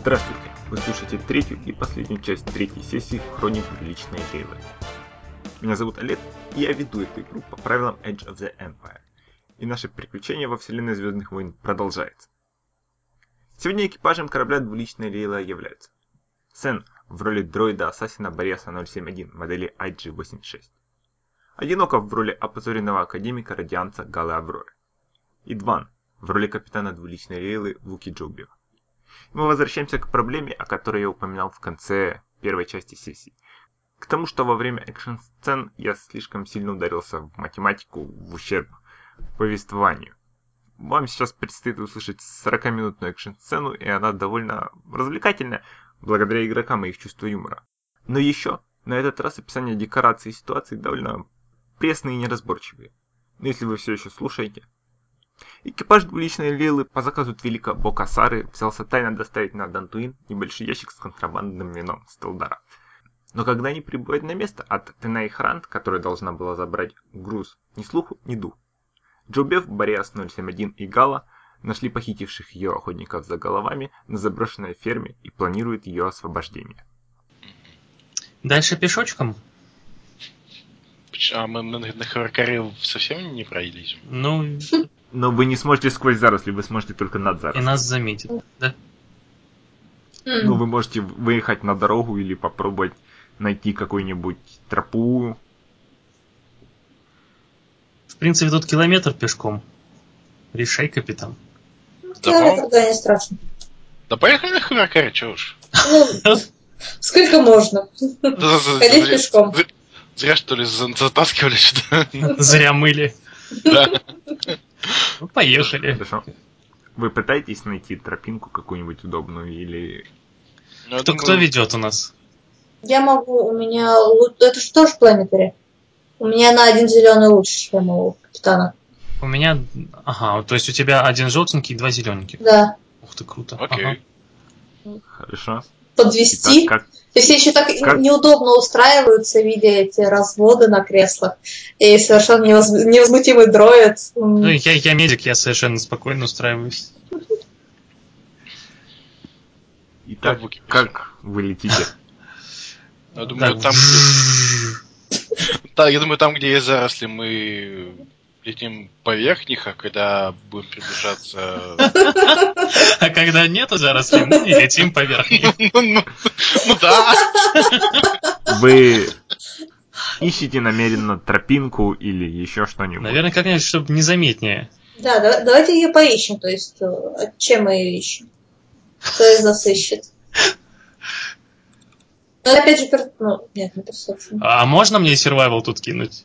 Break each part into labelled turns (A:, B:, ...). A: Здравствуйте! Вы слушаете третью и последнюю часть третьей сессии Хроник Величной Лейлы. Меня зовут Олег, и я веду эту игру по правилам Edge of the Empire. И наше приключение во вселенной Звездных войн продолжается. Сегодня экипажем корабля Двуличная Лейла являются Сен в роли дроида-ассасина Бориаса 071 модели IG-86. Одиноков в роли опозоренного академика радианца Галы Авроры. И Дван в роли капитана двуличной Лейлы Вуки Джобио. И мы возвращаемся к проблеме, о которой я упоминал в конце первой части сессии. К тому, что во время экшн-сцен я слишком сильно ударился в математику в ущерб повествованию. Вам сейчас предстоит услышать 40-минутную экшн-сцену, и она довольно развлекательная, благодаря игрокам и их чувству юмора. Но еще, на этот раз описание декораций и ситуаций довольно пресные и неразборчивые. Но если вы все еще слушаете, Экипаж двуличной Лилы по заказу Твилика Бокасары взялся тайно доставить на Дантуин небольшой ящик с контрабандным вином с Телдара. Но когда они прибывают на место, от Тена и Хрант, которая должна была забрать груз, ни слуху, ни дух. Джобев, Бориас 071 и Гала нашли похитивших ее охотников за головами на заброшенной ферме и планируют ее освобождение.
B: Дальше пешочком?
C: А мы на, на Хаваркаре совсем не проедем?
B: Ну,
A: Но вы не сможете сквозь заросли, вы сможете только над
B: и
A: заросли.
B: нас заметит, да?
A: Ну,
D: М,
A: вы можете выехать на дорогу или попробовать найти какую-нибудь тропу.
B: В принципе, тут километр пешком. Решай, капитан.
C: Добро.
D: Километр, Ну, да, не страшно.
C: Да поехали на Хаваркаре, чего уж.
D: Ну, сколько можно?
C: Да, да, да,
D: Ходить
C: зря-
D: пешком.
C: зря- Зря что ли за- затаскивали сюда.
B: Зря мыли.
C: Да.
B: Ну, поехали.
A: Хорошо. Вы пытаетесь найти тропинку какую-нибудь удобную или...
C: Ну, я
B: Кто,
C: думаю,
B: кто ведет у нас?
D: Я могу, у меня... лу- Это же тоже планетари. У меня на один зеленый луч, я могу, капитана.
B: У меня... Ага, то есть у тебя один желтенький и два зелененьких.
D: Да.
B: Ух ты, круто. Ага.
C: Окей.
A: Хорошо.
D: Подвести.
A: Итак,
D: И все еще так
A: Как-
D: неудобно устраиваются, видя эти разводы на креслах. И совершенно невоз- невозмутимый дроид. М,
B: Ну, я, я медик, я совершенно спокойно устраиваюсь.
A: как,
C: Как
A: итак,
C: вы-
A: как вы летите?
C: Я думаю,
B: Так.
C: там, Да, я думаю, там, где есть заросли, мы летим по верхних, а когда будем приближаться...
B: А когда нету зарослей, мы не летим поверх них.
C: Ну, ну, ну да,
A: Вы ищете намеренно тропинку или еще что-нибудь?
B: Наверное, как-нибудь, чтобы незаметнее.
D: Да, да- давайте ее поищем, то есть э, от чем мы ее ищем. Кто из нас ищет? Ну, опять же, пер- ну, нет, не персепшн.
B: А можно мне survival тут кинуть?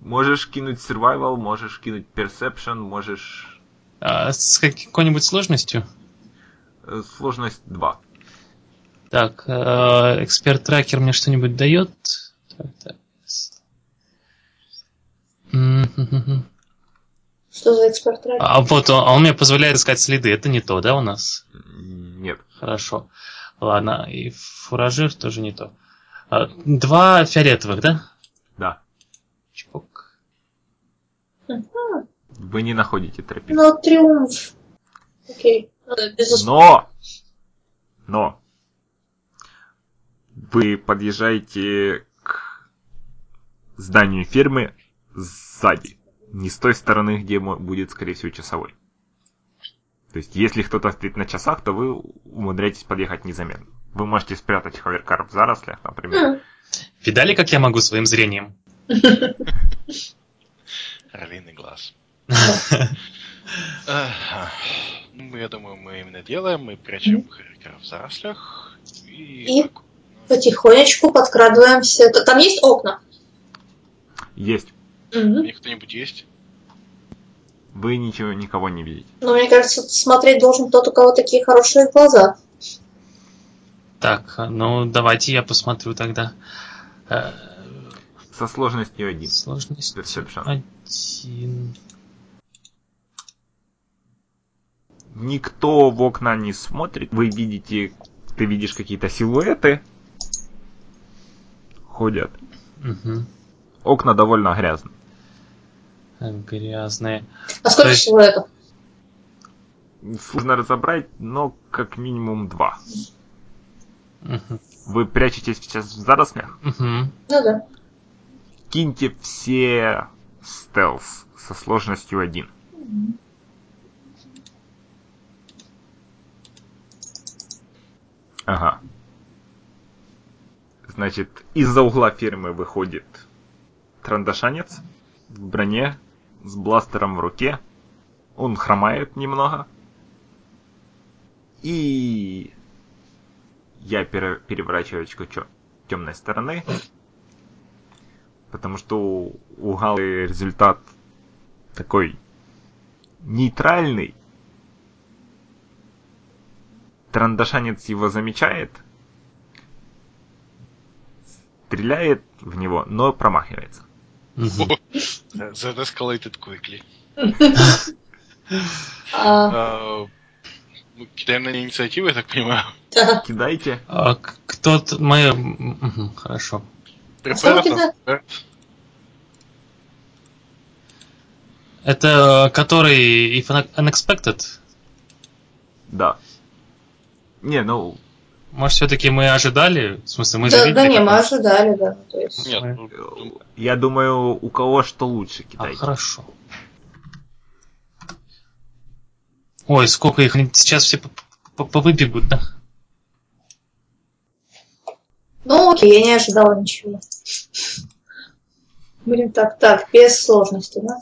A: Можешь кинуть survival, можешь кинуть perception, можешь...
B: А, с какой-нибудь сложностью?
A: э, Сложность 2.
B: Так, э, эксперт-тракер мне что-нибудь дает? Так, так. М-м-м-м.
D: Что за эксперт трек?
B: А вот он, он мне позволяет искать следы. Это не то, да, у нас?
A: Нет.
B: Хорошо. Ладно, и фуражир тоже не то. А, Два фиолетовых, да?
A: Да.
B: Чпок.
A: Вы не находите тропинку.
D: Ну, триумф. Окей. Ну, да, без усп-
A: Но! Но! Вы подъезжаете к зданию фермы сзади. Не с той стороны, где мо- будет, скорее всего, часовой. То есть, если кто-то стоит на часах, то вы умудряетесь подъехать незаметно. Вы можете спрятать ховеркар в зарослях, например.
D: М,
B: Видали, как я могу своим зрением?
C: Орлиный глаз. Ага. Ну, я думаю, мы именно делаем, мы прячем характера в зарослях. И...
D: И? Потихонечку подкрадываемся. Т- Там есть окна?
A: Есть.
D: Мгм.
C: Мне кто-нибудь есть?
A: Вы ничего, никого не видите.
D: Но мне кажется, смотреть должен тот, у кого такие хорошие глаза.
B: Так, ну давайте я посмотрю тогда. Э,
A: Со сложностью один.
B: Сложность
A: Perception.
B: один.
A: Никто в окна не смотрит. Вы видите, ты видишь какие-то силуэты. Ходят.
B: Мгм.
A: Окна довольно грязные.
B: Э, Грязные.
D: А сколько
B: есть-
D: силуэтов?
A: сложно разобрать, но как минимум два.
B: Мгм.
A: Вы прячетесь сейчас в зарослях?
B: Мгм.
D: Ну да.
A: Киньте все стелс со сложностью один. Ага. Значит, из-за угла фермы выходит трандашанец в броне с бластером в руке. Он хромает немного. И я пере- переворачиваю очко чё- темной стороны. Потому что у- у Галы результат такой нейтральный. Трандашанец его замечает, стреляет в него, но промахивается.
B: Мгм.
C: That escalated quickly.
D: А,
C: А, ну, Кидаем на инициативу, я так понимаю.
D: да.
A: Кидайте.
B: А к- Кто-то... Мы... мгм, Хорошо.
D: сколько
C: Prepare for-
B: Это э, который if un- unexpected?
A: Да. Не, ну,
B: Может, все-таки мы ожидали? В смысле, мы
D: да,
B: же
D: да
B: видели,
D: не,
B: как
D: мы
B: он-
D: ожидали, да. ну, То есть.
C: Нет,
B: Мы-
C: ну,
A: э, я думаю, у кого что лучше
B: А,
A: кидайте.
B: хорошо. Ой, сколько их. они Сейчас все по- по- повыбегут, да?
D: Ну окей, я не ожидала ничего. Блин, так, так, без сложности, да?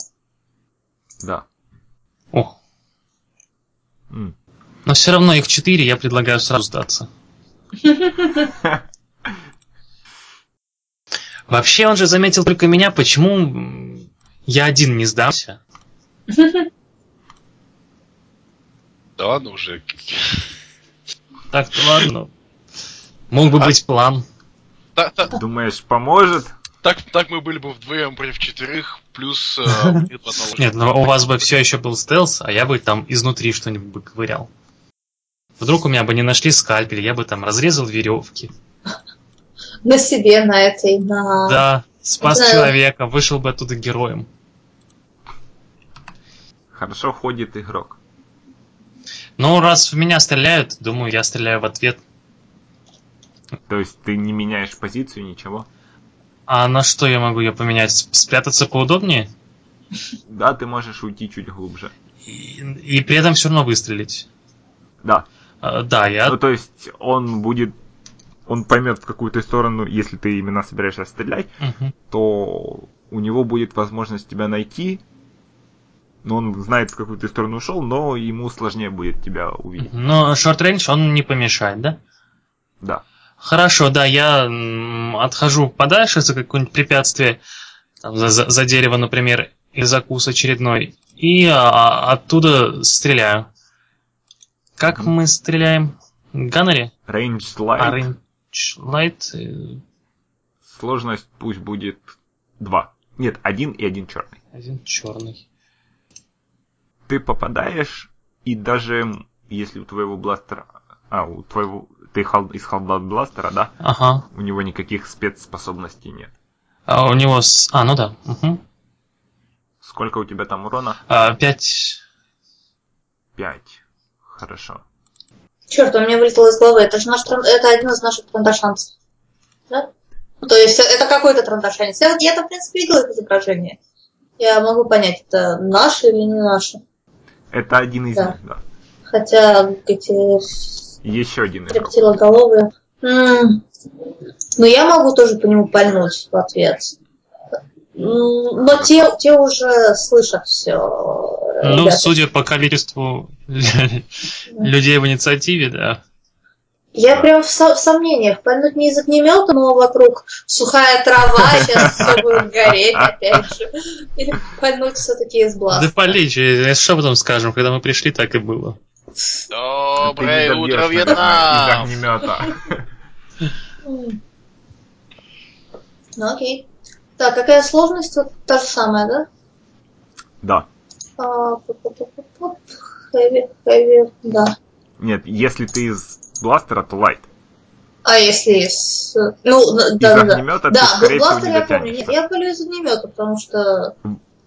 A: Да.
B: О,
A: М.
B: но все равно их четыре, я предлагаю сразу сдаться. Вообще, он же заметил только меня, почему м, я один не сдамся.
C: Да ладно уже.
B: Так-то ну ладно. Мог бы
C: А-
B: быть план.
C: Та- та-
A: Думаешь, поможет?
C: Так, так мы были бы вдвоем против четверых, плюс... э, мне бы наложили.
B: Нет, ну, у вас бы все еще был стелс, а я бы там изнутри что-нибудь бы ковырял. Вдруг у меня бы не нашли скальпель, я бы там разрезал веревки.
D: На себе, на этой, на...
B: Да, спас
D: А. Да.
B: человека, вышел бы оттуда героем.
A: Хорошо ходит игрок.
B: Ну, раз в меня стреляют, думаю, я стреляю в ответ.
A: То есть ты не меняешь позицию, ничего.
B: А на что я могу ее поменять? С- Спрятаться поудобнее?
A: Да, ты можешь уйти чуть глубже.
B: И, и при этом все равно выстрелить.
A: Да.
B: А, да, я...
A: Ну, то есть он будет... Он поймет в какую-то сторону, если ты именно собираешься стрелять,
B: Мгм.
A: то у него будет возможность тебя найти, но он знает, в какую ты сторону ушел, но ему сложнее будет тебя увидеть.
B: Но шорт-рейндж он не помешает, да?
A: Да.
B: Хорошо, да, я м, отхожу подальше за какое-нибудь препятствие, там, за, за- за дерево, например, или за кус очередной, и а, оттуда стреляю. Как
A: Мгм.
B: мы стреляем? Ганнери?
A: Range slide.
B: Оранж лайт. э,
A: Сложность пусть будет два. Нет, один и один черный.
B: Один черный.
A: Ты попадаешь, и даже м, если у твоего бластера... А, у твоего... Ты хал- из халблад бластера, да?
B: Ага.
A: У него никаких спецспособностей нет.
B: А у него... с- А, ну да. Угу.
A: Сколько у тебя там урона?
B: А, пять...
A: Пять. Хорошо.
D: Черт, у меня вылетело из головы. Это же наш тран- это один из наших трандашанцев. Да? Ну, То есть это какой-то трандашанец. Я, я-то, в принципе, видела это изображение. Я могу понять, это наши или не наши.
A: Это один из
D: Да.
A: них, да.
D: Хотя эти
A: Еще один игрок.
D: рептилоголовые... М, Ну, я могу тоже по нему пальнуть в ответ. М, Но те, те уже слышат все. Э,
B: Ну, судя по количеству людей в инициативе, да.
D: Я прям в, со- в сомнениях. Пальнуть не из огнемета, но вокруг сухая трава, сейчас все будет гореть опять же. Или пальнуть все-таки из
B: Да
D: глаз.
B: полегче, что потом скажем, когда мы пришли, так и было.
A: Ты не
C: Доброе
A: добьешь,
C: утро,
A: наверное,
C: Вьетнам!
A: Из огнемета.
D: М. Ну окей. Так, какая сложность? Вот та же самая, да?
A: Да.
D: А, пу-пу-пу-пу-пу. Хэви, хэви, да.
A: Нет, если ты из бластера, то лайт.
D: А если из... э, Ну, да,
A: Из
D: да, да.
A: огнемета ты,
D: Да,
A: скорее всего,
D: бластер
A: не
D: я помню. Нет,
A: дотянешься.
D: я палю из огнемета, потому что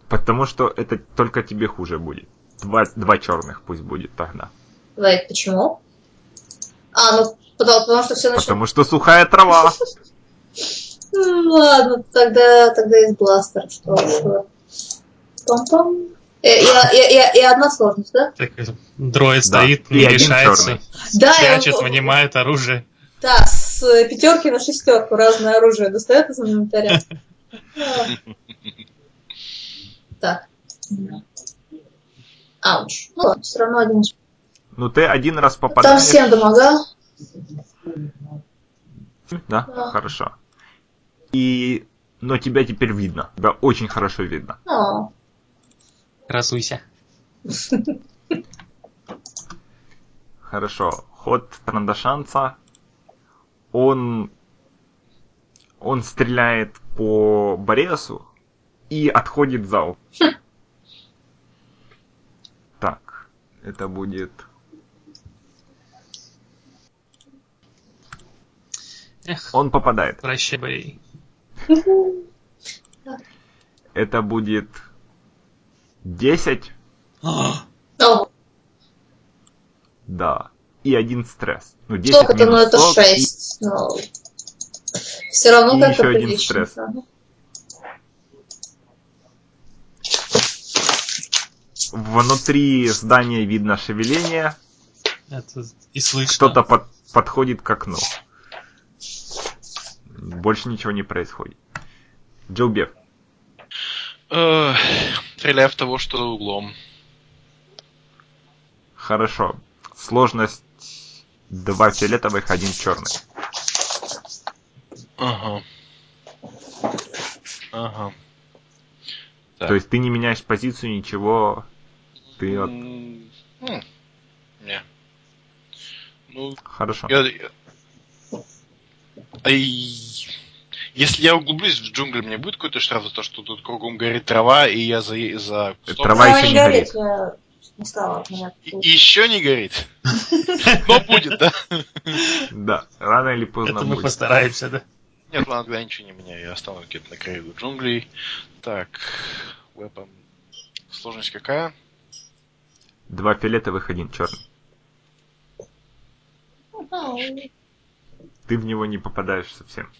A: Потому что это только тебе хуже будет. два, два черных пусть будет тогда.
D: Вейт, почему? А, ну, потому, потому что все начало...
A: Потому что сухая трава.
D: Ну, Ладно, тогда, тогда из бластер, что уж. Пам-пам. Э, я- я- я- И одна сложность, да?
B: Так, дроид
A: Да,
B: стоит,
A: и
B: не
A: один
B: решается,
A: черный.
D: Да, и он-
B: прячет, вынимает оружие.
D: Да, с пятерки на шестерку разное оружие достает из инвентаря. Да. Так. Ауч. Ну ладно, все равно один.
A: Ну ты один раз
D: Там
A: попадаешь.
D: всем домогал.
A: Да,
D: Да.
A: хорошо. И... Но тебя теперь видно. Тебя очень хорошо видно.
D: А,
B: Красуйся.
A: Хорошо. Ход Трандашанца. Он... Он стреляет по Боресу и отходит за угол. Так, это будет...
B: Эх,
A: Он попадает.
B: прощай, Борей.
A: Это будет 10,
B: А,
D: о,
A: да, и один стресс. Ну, 10
D: Сколько то ну
A: минус
D: это
A: 40 и-
D: шесть. Все равно
A: И
D: как-то
A: еще один
D: прилично. Ну,
A: стресс.
D: Ага.
A: Внутри здания видно шевеление.
B: Это и слышно.
A: Что-то под- подходит к окну. Больше ничего не происходит. Джоубев,
C: Э, Стреляю в того, что за углом.
A: хорошо. Сложность два фиолетовых, один черный.
C: Ага. Ага. Так.
A: То есть ты не меняешь позицию, ничего. Ты вот...
C: М, м, Не. Ну,
A: Хорошо.
C: я... я- Ай. Если я углублюсь в джунгли, мне будет какой-то штраф за то, что тут кругом горит трава, и я за... за кустом?
A: Трава
D: Трава
A: еще не
D: не горит, я а э, не стала от меня.
C: И- и еще не горит. Но будет, да?
A: Да, рано или поздно
B: Это мы
A: будет.
B: постараемся, да.
C: Нет, ладно, тогда я ничего не меняю. Я останусь где-то на краю джунглей. Так. Weapon. Сложность какая?
A: Два фиолетовых, один черный. Ты в него не попадаешь совсем.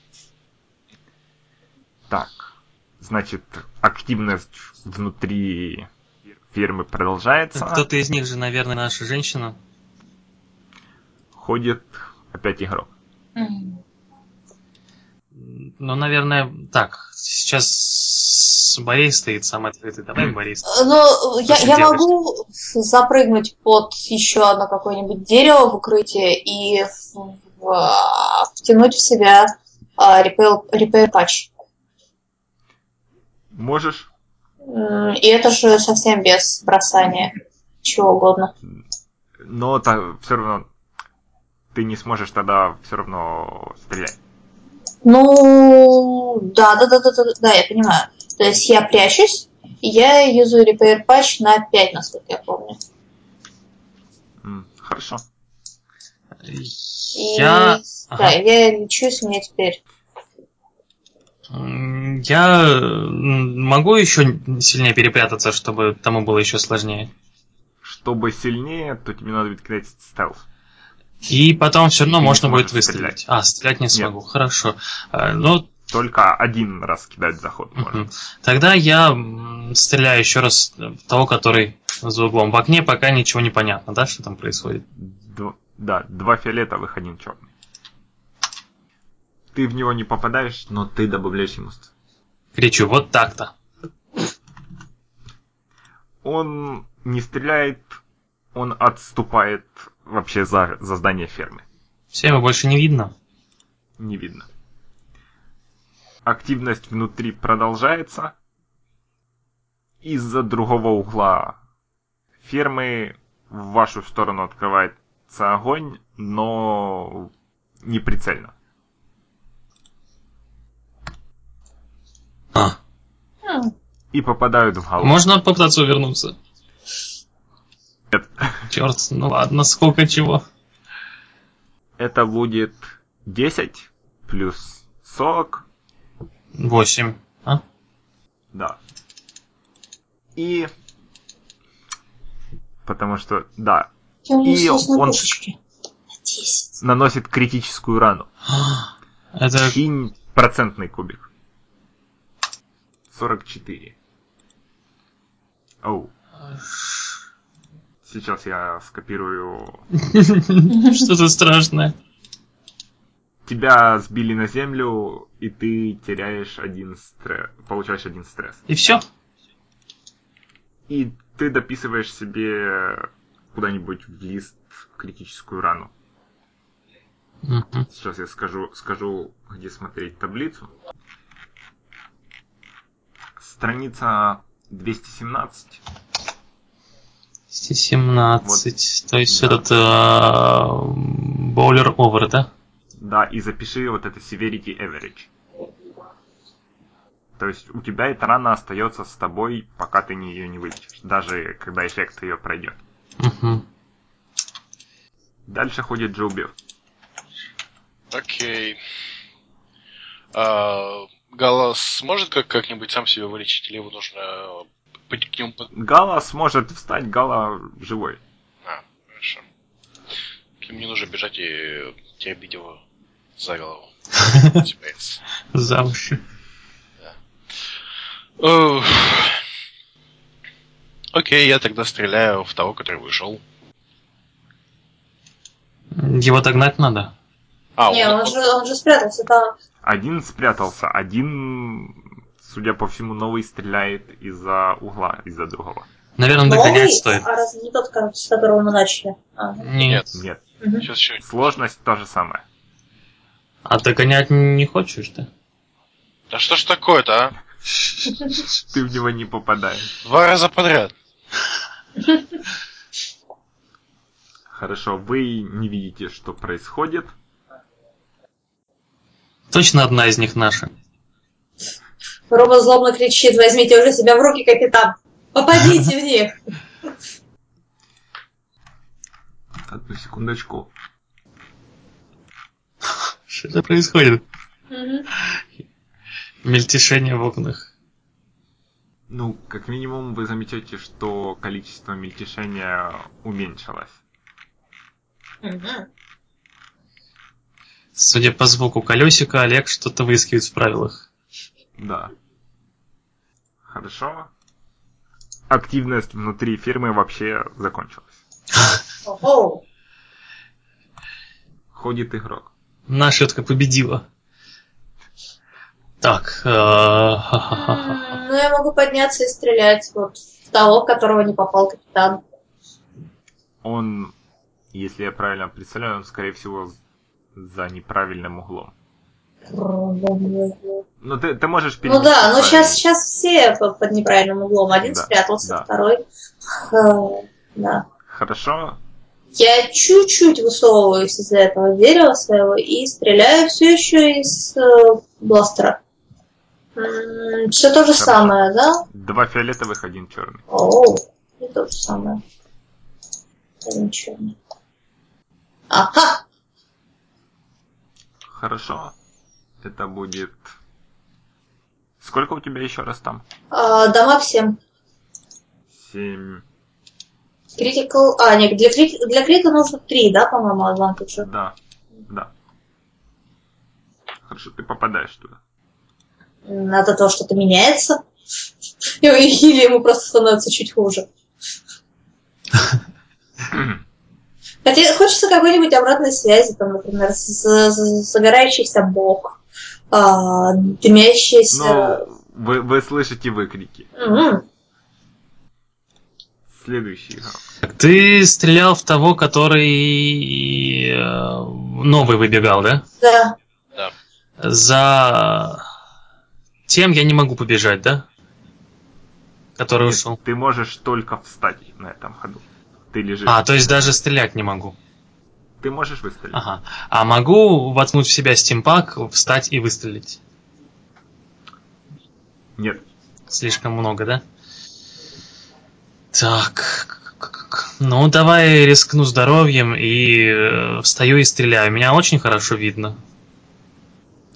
A: Так. Значит, активность внутри фермы продолжается.
B: Кто-то из них же, наверное, наша женщина.
A: Ходит опять игрок.
D: М.
B: Ну, наверное, так. Сейчас Борей стоит сам открытый.
A: Хм.
B: Давай, Борей.
D: Ну, я,
B: ты
D: я
B: делаешь?
D: могу запрыгнуть под еще одно какое-нибудь дерево в укрытие и в- в- втянуть в себя а, repair repair patch.
A: Можешь?
D: М, И это же совсем без бросания чего угодно.
A: Но все равно ты не сможешь тогда все равно стрелять.
D: Ну, да, да, да, да, да, да, я понимаю. То есть я прячусь, и я юзаю repair patch на 5, насколько я помню.
A: М, Хорошо.
D: И,
B: Я...
D: Да,
B: ага.
D: я лечусь, у меня теперь...
B: М, Я м, могу еще сильнее перепрятаться, чтобы тому было еще сложнее.
A: Чтобы сильнее, то тебе надо будет кидать стелс.
B: И потом все равно
A: Ты не
B: можно будет
A: сможешь
B: выстрелить. А, стрелять не смогу. Хорошо. А, Ну,
A: Только один раз кидать заход можно.
B: мгм. тогда я м, стреляю еще раз в того, который за углом. В окне пока ничего не понятно, да, что там происходит.
A: Дв- да, два фиолетовых, один черный. Ты в него не попадаешь, но ты добавляешь ему ст-
B: Кричу, вот так-то.
A: Он не стреляет, он отступает вообще за, за здание фермы.
B: Все, его больше не видно.
A: Не видно. Активность внутри продолжается. Из-за другого угла фермы в вашу сторону открывается огонь, но не прицельно.
B: А,
D: м,
A: И попадают в голову.
B: Можно попытаться увернуться?
A: Нет.
B: Черт, ну ладно, сколько чего.
A: Это будет 10 плюс 40.
B: Восемь. А?
A: Да. И Потому что, да,
D: Я
A: И
D: нашлась на
A: он-
D: кошечке. На 10.
A: наносит критическую рану.
B: Это
A: Кинь процентный кубик. 44. Оу. Сейчас я скопирую.
B: что-то страшное.
A: Тебя сбили на землю, и ты теряешь один стресс. Получаешь один стресс.
B: И все?
A: И ты дописываешь себе куда-нибудь в лист критическую рану. Сейчас я скажу, скажу, где смотреть таблицу. Страница 217.
B: 17. То есть
A: Да.
B: этот а, боулер овер, да?
A: Да, и запиши вот это severity average. То есть у тебя эта рана остается с тобой, пока ты не ее не вылечишь, даже когда эффект ее пройдет.
B: Мгм.
A: Дальше ходит Джоби.
C: Окей. А, Галас сможет как- как-нибудь сам себя вылечить, или его нужно пойти к нему под-
A: Гала сможет встать, Гала живой.
C: А, хорошо. К нему не нужно бежать и тебя бить его за голову. Типа, it's-
B: За уши.
C: Ух. Окей, я тогда стреляю в того, который вышел.
B: Его догнать надо.
C: А,
D: Не,
C: он-
D: он же, он же спрятался там.
A: Один спрятался, один, судя по всему, новый стреляет из-за угла, из-за другого.
B: Наверное,
D: Новый?
B: догонять стоит.
D: А разве не тот, короче, с которого мы начали? А,
B: Нет.
A: Нет,
D: мгм.
C: Сейчас еще...
A: сложность та же самая.
B: А догонять не хочешь, да?
C: Да что ж такое-то, а?
A: Ты в него не попадаешь.
C: Два раза подряд.
A: Хорошо, вы не видите, что происходит.
B: Точно одна из них наша.
D: Робот злобно кричит, возьмите уже себя в руки, капитан. Попадите в них.
A: Одну секундочку.
B: Что это происходит?
D: Мгм.
B: Мельтешение в окнах.
A: Ну, как минимум, вы замечаете, что количество мельтешения уменьшилось.
D: Мгм.
B: Судя по звуку колесика, Олег что-то выискивает в правилах.
A: Да. Хорошо. Активность внутри фирмы вообще закончилась.
D: Ого.
A: Ходит игрок.
B: Нашетка победила. Так. э, ха-ха-ха-ха.
D: М, Ну, я могу подняться и стрелять вот в того, в которого не попал капитан.
A: Он, если я правильно представляю, он, скорее всего, з- за неправильным углом.
D: Ну
A: Но ты, ты можешь
D: да,
A: перенести
D: ну сейчас,
A: правильный.
D: сейчас все под под неправильным углом. Один
A: Да,
D: спрятался,
A: да.
D: второй. Х, Да.
A: Хорошо.
D: Я чуть-чуть высовываюсь из этого дерева своего и стреляю все еще из э, бластера. все то
A: Хорошо.
D: же самое, да?
A: Два фиолетовых, один черный.
D: Оу, и то же самое. Да Ничего. нет. Ага!
A: Хорошо. Это будет... Сколько у тебя еще раз там?
D: А, дома всем.
A: Семь.
D: Критикал... А, нет, для, крит... для крита нужно три, да, по-моему, адвантажа?
A: Да. Да. Хорошо, ты попадаешь туда.
D: М, От этого что-то меняется? Или ему просто становится чуть хуже? Хотя хочется какой-нибудь обратной связи, там, например, с- с- загорающийся бок, а, дымящийся... М-м,
A: Ну, вы, вы слышите выкрики.
D: М,
A: Следующий игрок.
B: Так, Ты стрелял в того, который э, новый выбегал, да?
D: Да.
B: За тем я не могу побежать, да? Который
A: Нет,
B: ушел.
A: Ты можешь только встать на этом ходу. Ты лежишь.
B: А, то есть даже стрелять не могу.
A: Ты можешь выстрелить?
B: Ага. А могу воткнуть в себя стимпак, встать и выстрелить?
A: Нет.
B: Слишком много, да? Так. Ну, давай рискну здоровьем и э, встаю и стреляю. Меня очень хорошо видно.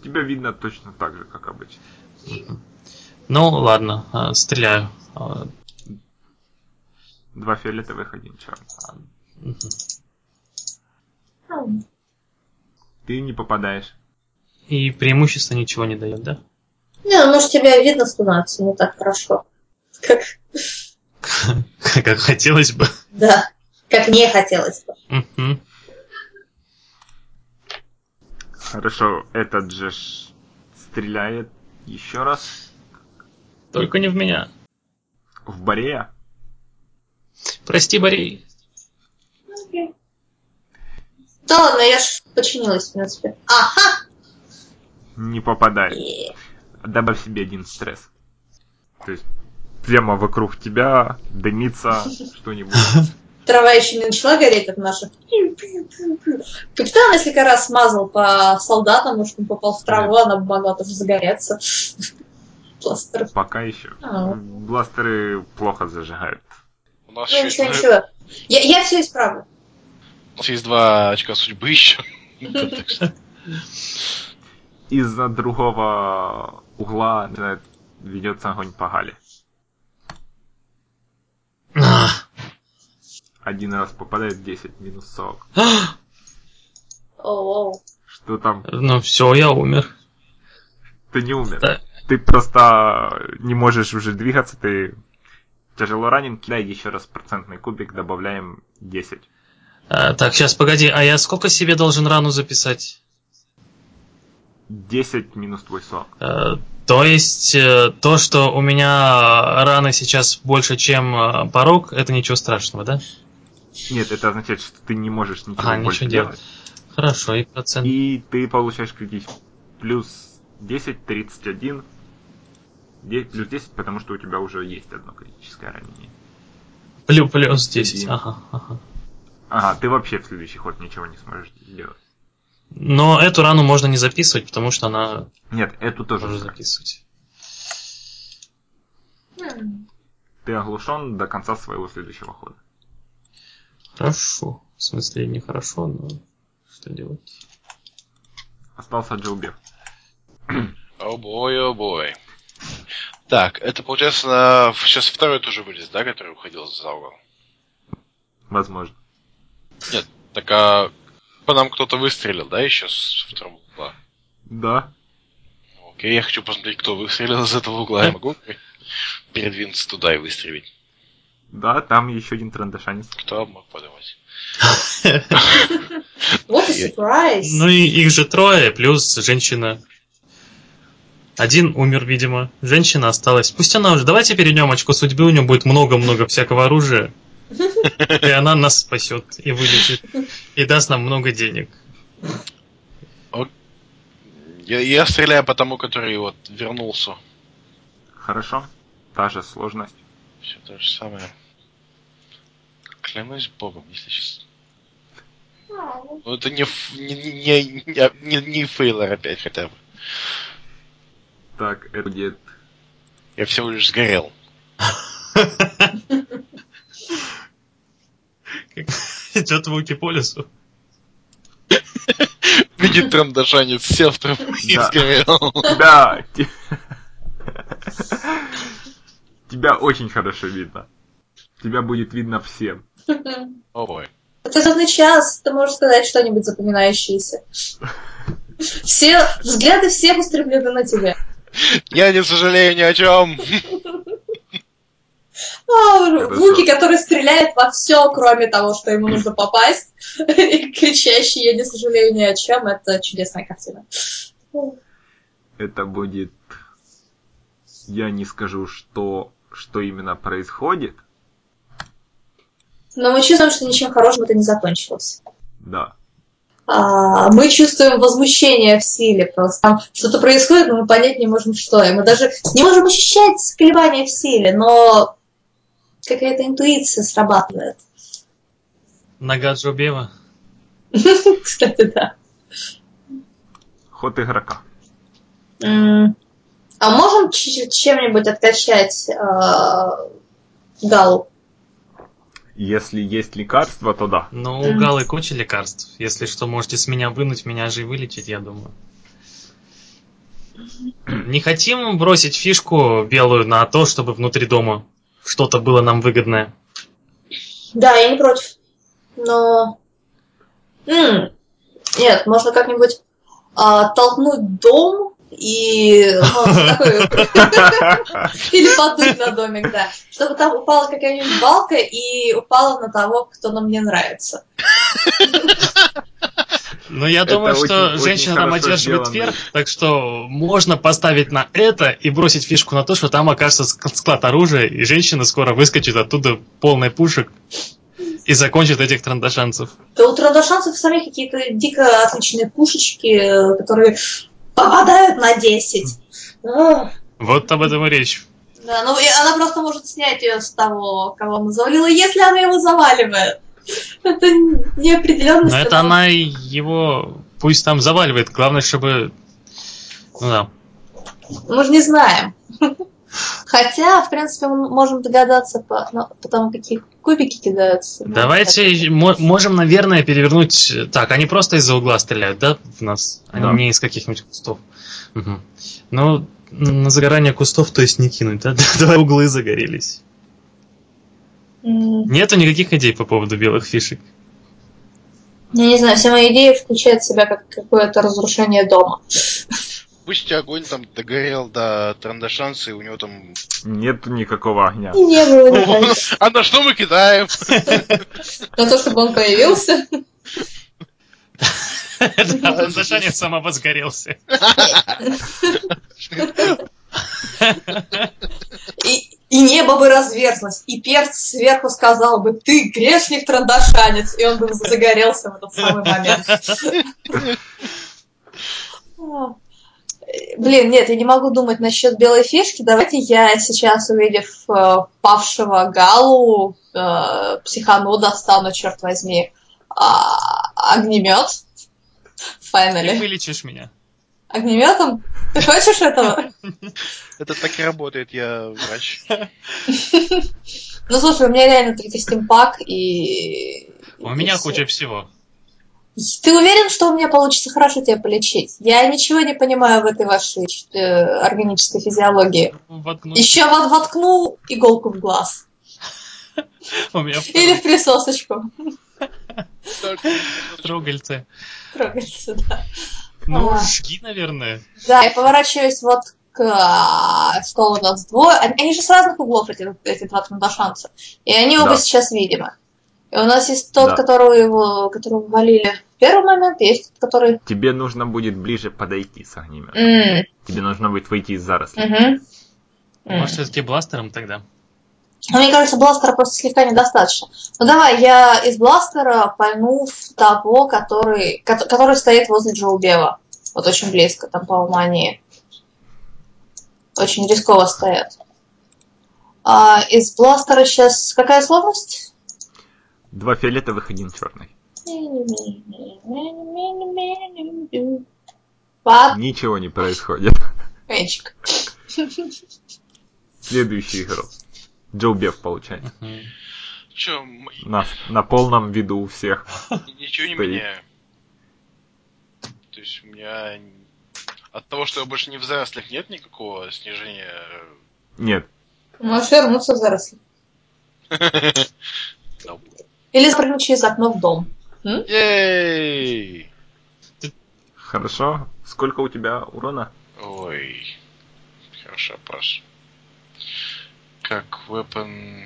A: Тебя видно точно так же, как обычно.
B: Ну, ладно, э, стреляю. Э,
A: Два фиолетовых, один черный.
B: Мгм.
D: Ну,
A: Ты не попадаешь.
B: И преимущество ничего не дает, да?
D: Не, ну может тебя видно становится не так хорошо. Как,
B: Как хотелось бы.
D: да, как мне хотелось бы.
B: Мгм.
A: Хорошо, этот же ж стреляет еще раз
B: Только не в меня.
A: в Борея.
B: Прости, Борей.
D: Да ладно, я ж починилась, в принципе. Ага!
A: Не попадает.
D: И-
A: Добавь себе один стресс. То есть прямо вокруг тебя дымится что-нибудь.
D: Трава еще не начала гореть, как наша. Капитан несколько раз смазал по солдатам, может, он попал в траву, она могла тоже загореться. Пластер.
A: Пока еще.
D: А.
A: Бластеры плохо зажигают.
C: У нас,
D: Ну,
C: еще
D: ничего,
C: есть,
D: ничего. Я, я все исправлю.
C: у нас есть два очка судьбы еще.
A: Из-за другого угла начинает- ведется огонь по Гале.
B: А.
A: Один раз попадает 10 минус 40.
B: А.
D: Оу-оу.
A: Что там?
B: Ну все, я умер.
A: Ты не умер.
B: Да.
A: Ты просто не можешь уже двигаться, ты тяжело ранен. Кидай еще раз процентный кубик, добавляем 10.
B: А, так, сейчас, погоди, а я сколько себе должен рану записать?
A: 10 минус твой 40.
B: Э, то есть, э, то, что у меня раны сейчас больше, чем э, порог, это ничего страшного, да?
A: Нет, это означает, что ты не можешь ничего
B: А,
A: больше
B: ничего
A: делать.
B: Хорошо, и процент.
A: И ты получаешь критический плюс 10, 31. Де- Плюс 10, потому что у тебя уже есть одно критическое ранение.
B: Плю- плюс 10,
A: Один.
B: ага, ага.
A: Ага, ты вообще в следующий ход ничего не сможешь делать.
B: Но эту рану можно не записывать, потому что она
A: Нет, эту тоже.
B: можно
A: сразу.
B: записывать.
D: М.
A: Ты оглушен до конца своего следующего хода.
B: Хорошо. В смысле, не хорошо, но что делать?
A: Остался Джилбер.
C: О бой, о бой. Так, это получается сейчас второй тоже вылез, да, который уходил за угол?
A: Возможно.
C: Так а по нам кто-то выстрелил, да, еще с второго угла?
A: Да.
C: Окей, я хочу посмотреть, кто выстрелил из этого угла. Я могу передвинуться туда и выстрелить?
A: Да, там еще один трандашанец.
C: Кто мог подумать?
D: Вот и
C: Я-
D: сюрприз.
B: Ну и их же трое, плюс женщина. Один умер, видимо. Женщина осталась. Пусть она уже. Давайте перейдем очко судьбы, у нее будет много-много всякого оружия. И она нас спасет и вылечит. И даст нам много денег.
C: Я, я стреляю по тому, который вот вернулся.
A: Хорошо. Та же сложность.
C: Все то же самое. Клянусь богом, если честно. Ну это не, ф- не, не, не, не, не фейлор опять хотя бы.
A: Так, это будет...
C: Я всего лишь сгорел.
B: Идет Вуки по лесу.
C: Видит трандашанец, сел в траву и
A: Да.
C: сгорел.
A: Да! те- Тебя очень хорошо видно. Тебя будет видно всем.
C: О бой.
D: Вот этот на час, ты можешь сказать что-нибудь запоминающееся. Все, взгляды всех устремлены на тебя.
C: Я не сожалею ни о чем.
D: А,
A: Хорошо.
D: Вуки, который стреляет во все, кроме того, что ему нужно попасть, и кричащий «Я не сожалею ни о чем», это чудесная картина.
A: Это будет... Я не скажу, что, что именно происходит.
D: Но мы чувствуем, что ничем хорошим это не закончилось.
A: Да.
D: А, мы чувствуем возмущение в силе просто. Там что-то происходит, но мы понять не можем, что. И мы даже не можем ощущать колебания в силе, но какая-то интуиция срабатывает.
B: Нога Джубева.
D: Кстати, да.
A: Ход игрока.
D: М, А можем ч- чем-нибудь откачать э, Галу?
A: Если есть лекарство, то да.
B: Но
D: Мгм.
B: у Галы куча лекарств. Если что, можете с меня вынуть, меня же и вылечить, я думаю. Не хотим бросить фишку белую на то, чтобы внутри дома что-то было нам выгодное.
D: Да, я не против. Но... М, Нет, можно как-нибудь а, толкнуть дом и... ну, такой- Или подуть на домик, да. Чтобы там упала какая-нибудь балка и упала на того, кто нам не нравится.
B: Но Ну, я
A: Это
B: думаю,
A: очень-
B: что
A: очень
B: женщина там
A: хорошо
B: одерживает
A: сделано.
B: верх, так что можно поставить на это и бросить фишку на то, что там окажется ск- склад оружия, и женщина скоро выскочит оттуда полной пушек и закончит этих трандашанцев.
D: Да у трандашанцев самих какие-то дико отличные пушечки, э, которые попадают на 10. Ах.
B: Вот об этом и речь.
D: Да, ну и она просто может снять ее с того, кого она завалила, если она его заваливает. Это неопределенность.
B: Но Ну, это
D: которая-
B: она и его пусть там заваливает, главное, чтобы... Ну да.
D: Мы же не знаем. Хотя, в принципе, мы можем догадаться по, ну, по тому, какие кубики кидаются. Ну,
B: Давайте мо- можем, наверное, перевернуть. Так, они просто из-за угла стреляют, да, в нас? Они
A: Да.
B: не из каких-нибудь кустов. Мгм. Ну, на загорание кустов, то есть не кинуть, да? Давай углы загорелись.
D: так. М,
B: Нету никаких идей по поводу белых фишек.
D: Я не знаю, все мои идеи включают в себя как какое-то разрушение дома.
C: Пусть огонь там догорел до трандашанца, и у него там...
A: Нет никакого огня.
D: И не было ни капли.
C: А на что мы кидаем?
D: На то, чтобы он появился.
B: Зашанец самого сгорелся.
D: И, и небо бы разверзлось, и перц сверху сказал бы, ты грешник трандашанец, и он бы загорелся в этот самый момент. Э, Блин, нет, я не могу думать насчет белой фишки. Давайте я сейчас, увидев э, павшего Галу, э, психану достану, черт возьми, огнемет.
B: Ты
D: Файнали.
B: вылечишь меня.
D: Огнеметом? Ты хочешь этого?
C: Это так и работает, я врач.
D: Ну, слушай, у меня реально только стимпак и...
B: У
D: и
B: меня
D: всё.
B: куча всего.
D: Ты уверен, что у меня получится хорошо тебя полечить? Я ничего не понимаю в этой вашей э, органической физиологии.
B: Воткнуть.
D: Еще вот воткну иголку в глаз.
B: У меня второе
D: Или в присосочку.
B: трогальце.
D: Трогается, да.
B: Ну,
D: А.
B: жги, наверное.
D: Да, я поворачиваюсь вот к а, что у нас двое. Они, они же с разных углов, эти, эти два трандашанца. И они оба
A: Да.
D: сейчас видимы. И у нас есть тот,
A: Да.
D: которого его, которого валили в первый момент, и есть тот, который...
A: Тебе нужно будет ближе подойти с огнеметом.
D: М.
A: Тебе нужно будет выйти из зарослей.
D: Мгм. М.
B: Может, все-таки бластером тогда?
D: Но Ну, мне кажется, бластера просто слегка недостаточно. Ну давай, я из бластера пальну в того, который, кот- который стоит возле Джоубева. Вот очень близко, там, по-моему, они очень рисково стоят. А из бластера сейчас какая сложность?
A: Два фиолетовых, один черный. Ничего не происходит.
D: Папенчик.
A: Следующий игрок. Джо Беф, получается.
B: Мгм.
C: Че,
A: На, на полном виду у всех.
C: ничего не
A: Стоит.
C: меняю. То есть у меня... н- От того, что я больше не в зарослях, нет никакого снижения.
A: Нет,
D: Можешь вернуться в заросли. Или спрыгнуть через окно в дом.
C: Ей!
A: хорошо. Сколько у тебя урона?
C: Ой, хороший вопрос. Как weapon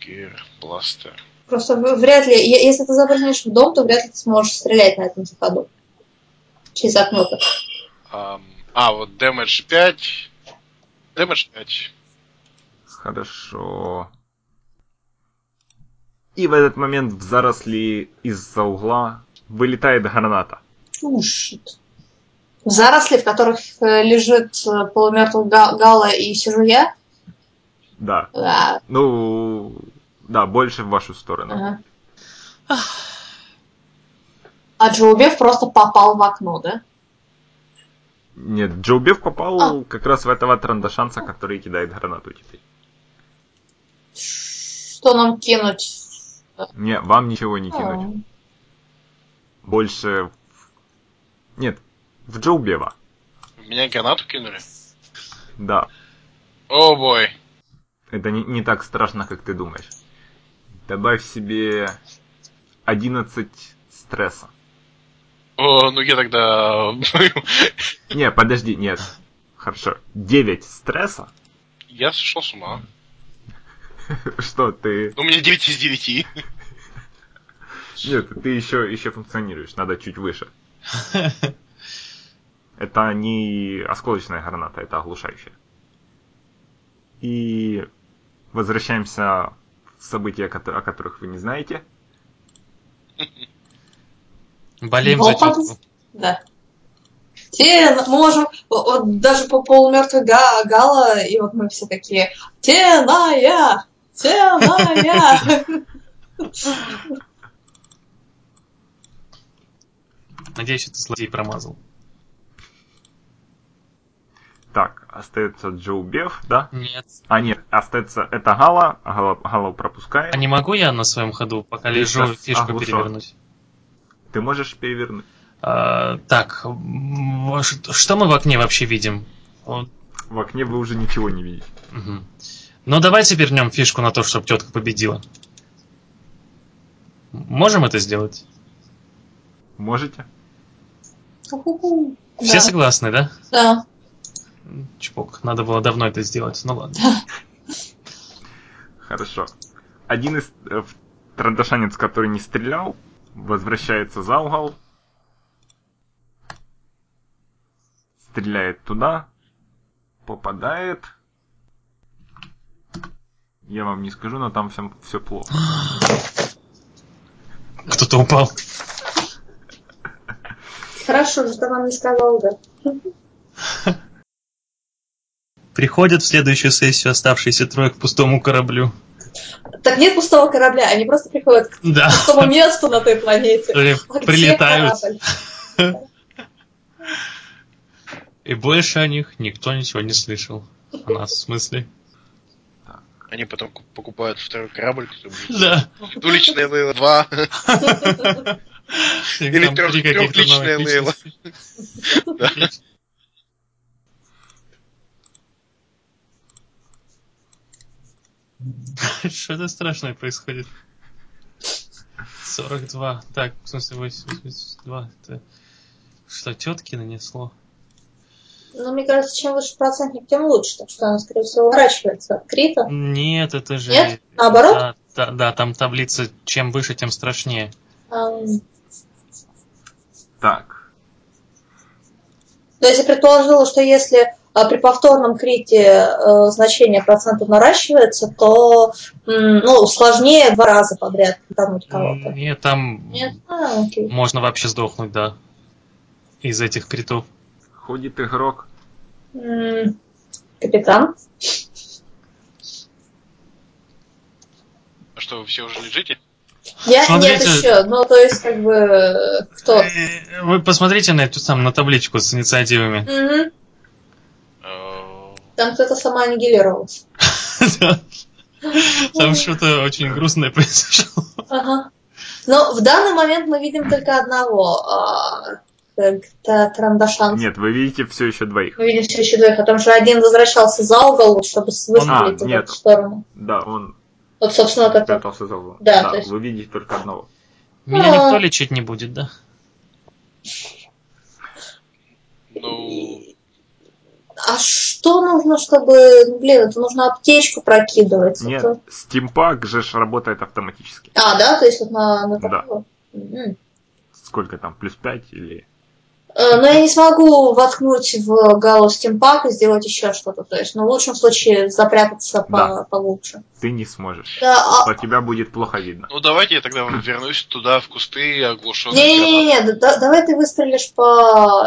C: gear blaster.
D: Просто в- вряд ли, е- если ты запрыгнешь в дом, то вряд ли ты сможешь стрелять на этом заходу. Через окно.
C: Ам, а, вот damage 5. Damage 5.
A: Хорошо. И в этот момент в заросли из-за угла вылетает граната.
D: Чушит. В заросли, в которых э, лежит э, полумертвый Га- Гала и э, сижу я.
A: Да.
D: Да,
A: Ну, да, больше в вашу сторону.
D: ага. А Джоубев просто попал в окно, да?
A: Нет, Джоубев попал как раз в этого трандашанца, который кидает гранату теперь.
D: Что нам кинуть?
A: Не, вам ничего не кинуть. Больше... в- Нет, в Джоубева.
C: В Меня гранату кинули?
A: Да,
C: О бой.
A: это не, не так страшно, как ты думаешь. Добавь себе 11 стресса.
C: О, ну я тогда...
A: Не, подожди, нет. Хорошо. 9 стресса?
C: Я сошел с ума. Ну,
A: Что, ты...
C: У меня 9 из 9.
A: Нет, ты еще, еще функционируешь, надо чуть выше. Это не осколочная граната, это оглушающая. И возвращаемся в события, кото- о которых вы не знаете.
B: Болеем
D: Ну,
B: за тетку.
D: подумай. Да. Те можем, вот, вот даже по полумертвой га- гала, и вот мы все такие, теная, теная.
B: Надеюсь, это злодей промазал.
A: Так, остается Джоу Беф, да?
B: Нет.
A: А нет, остается это Гала, Гала, Галу пропускаем.
B: А не могу я на своем ходу, пока
A: Ты
B: лежу,
A: сейчас
B: фишку
A: оглушен.
B: перевернуть?
A: Ты можешь перевернуть?
B: А, так, м, ш- что мы в окне вообще видим? Вот,
A: В окне вы уже ничего не видите.
B: мгм. Ну, давайте вернем фишку на то, чтобы тетка победила. Можем это сделать?
A: Можете?
D: Ху-ху-ху.
B: Все
D: Да,
B: согласны, да?
D: Да.
B: Чпок, надо было давно это сделать, ну ладно.
A: Хорошо. Один из э, в- трандашанец, который не стрелял, возвращается за угол. Стреляет туда. Попадает. Я вам не скажу, но там всем все плохо.
B: Кто-то упал.
D: Хорошо, что нам не сказал, да.
B: Приходят в следующую сессию оставшиеся трое к пустому кораблю.
D: Так нет пустого корабля, они просто приходят к
B: Да.
D: пустому месту на той планете.
B: Или
D: А где
B: Прилетают.
D: корабль?
B: И больше о них никто ничего не слышал. О нас, в смысле?
C: Они потом ку- покупают второй корабль, который будет
B: Да.
C: двуличная Лейла 2. Или
B: Там
C: трёх-
B: три каких-то
C: трёхличная
B: новых
C: Лейла.
B: личности. Что-то страшное происходит. 42. Так, в смысле 82. Это... Что, тетки нанесло?
D: Ну, мне кажется, чем выше процентник, тем лучше, так что она, скорее всего, уворачивается от крита.
B: Нет, это же...
D: Нет? Наоборот?
B: Да, да, да, там таблица чем выше, тем страшнее.
D: Ам,
A: Так.
D: То есть я предположила, что если а, при повторном крите э, значение процента наращивается, то м, ну, сложнее два раза подряд тонуть кого-то.
B: Нет, там
D: Нет? А, окей.
B: можно вообще сдохнуть, да. Из этих критов.
A: Ходит игрок.
D: М, Капитан?
C: А что, вы все уже лежите?
D: Я нет
B: Смотрите.
D: еще. Ну, то есть, как бы, э, кто?
B: Э, Вы посмотрите на эту самую на табличку с инициативами.
D: Мгм.
C: Э,
D: Там кто-то сама аннигилировался.
B: Да. Там что-то очень грустное произошло.
D: Ага. Но в данный момент мы видим только одного. а, как-то Трандашанца.
A: Нет, вы видите все еще двоих.
D: Мы видим все еще двоих, о том, что один возвращался за угол, чтобы с- выстрелить
A: А,
D: в
A: нет.
D: эту сторону.
A: Да, он
D: Вот, собственно, как он.
A: прятался за углом.
D: Да, то есть-
A: вы видите только одного.
B: Меня
D: А.
B: никто лечить не будет, да?
C: Ну,
D: А что нужно, чтобы... ну, Блин, это нужно аптечку прокидывать.
A: Нет,
D: Это-
A: стимпак же ж работает автоматически.
D: А, да? То есть вот на, на
A: Да.
D: такого? Мгм.
A: Сколько там, плюс 5 или...
D: Э, Но я не смогу воткнуть в галу стимпак и сделать еще что-то. То есть, ну, в лучшем случае запрятаться по-
A: Да.
D: получше.
A: Ты не сможешь.
D: Да, а
A: По тебя будет плохо видно.
C: ну давайте я тогда вернусь туда, в кусты,
D: а...
C: оглушенный.
D: Не-не-не, да- давай ты выстрелишь по...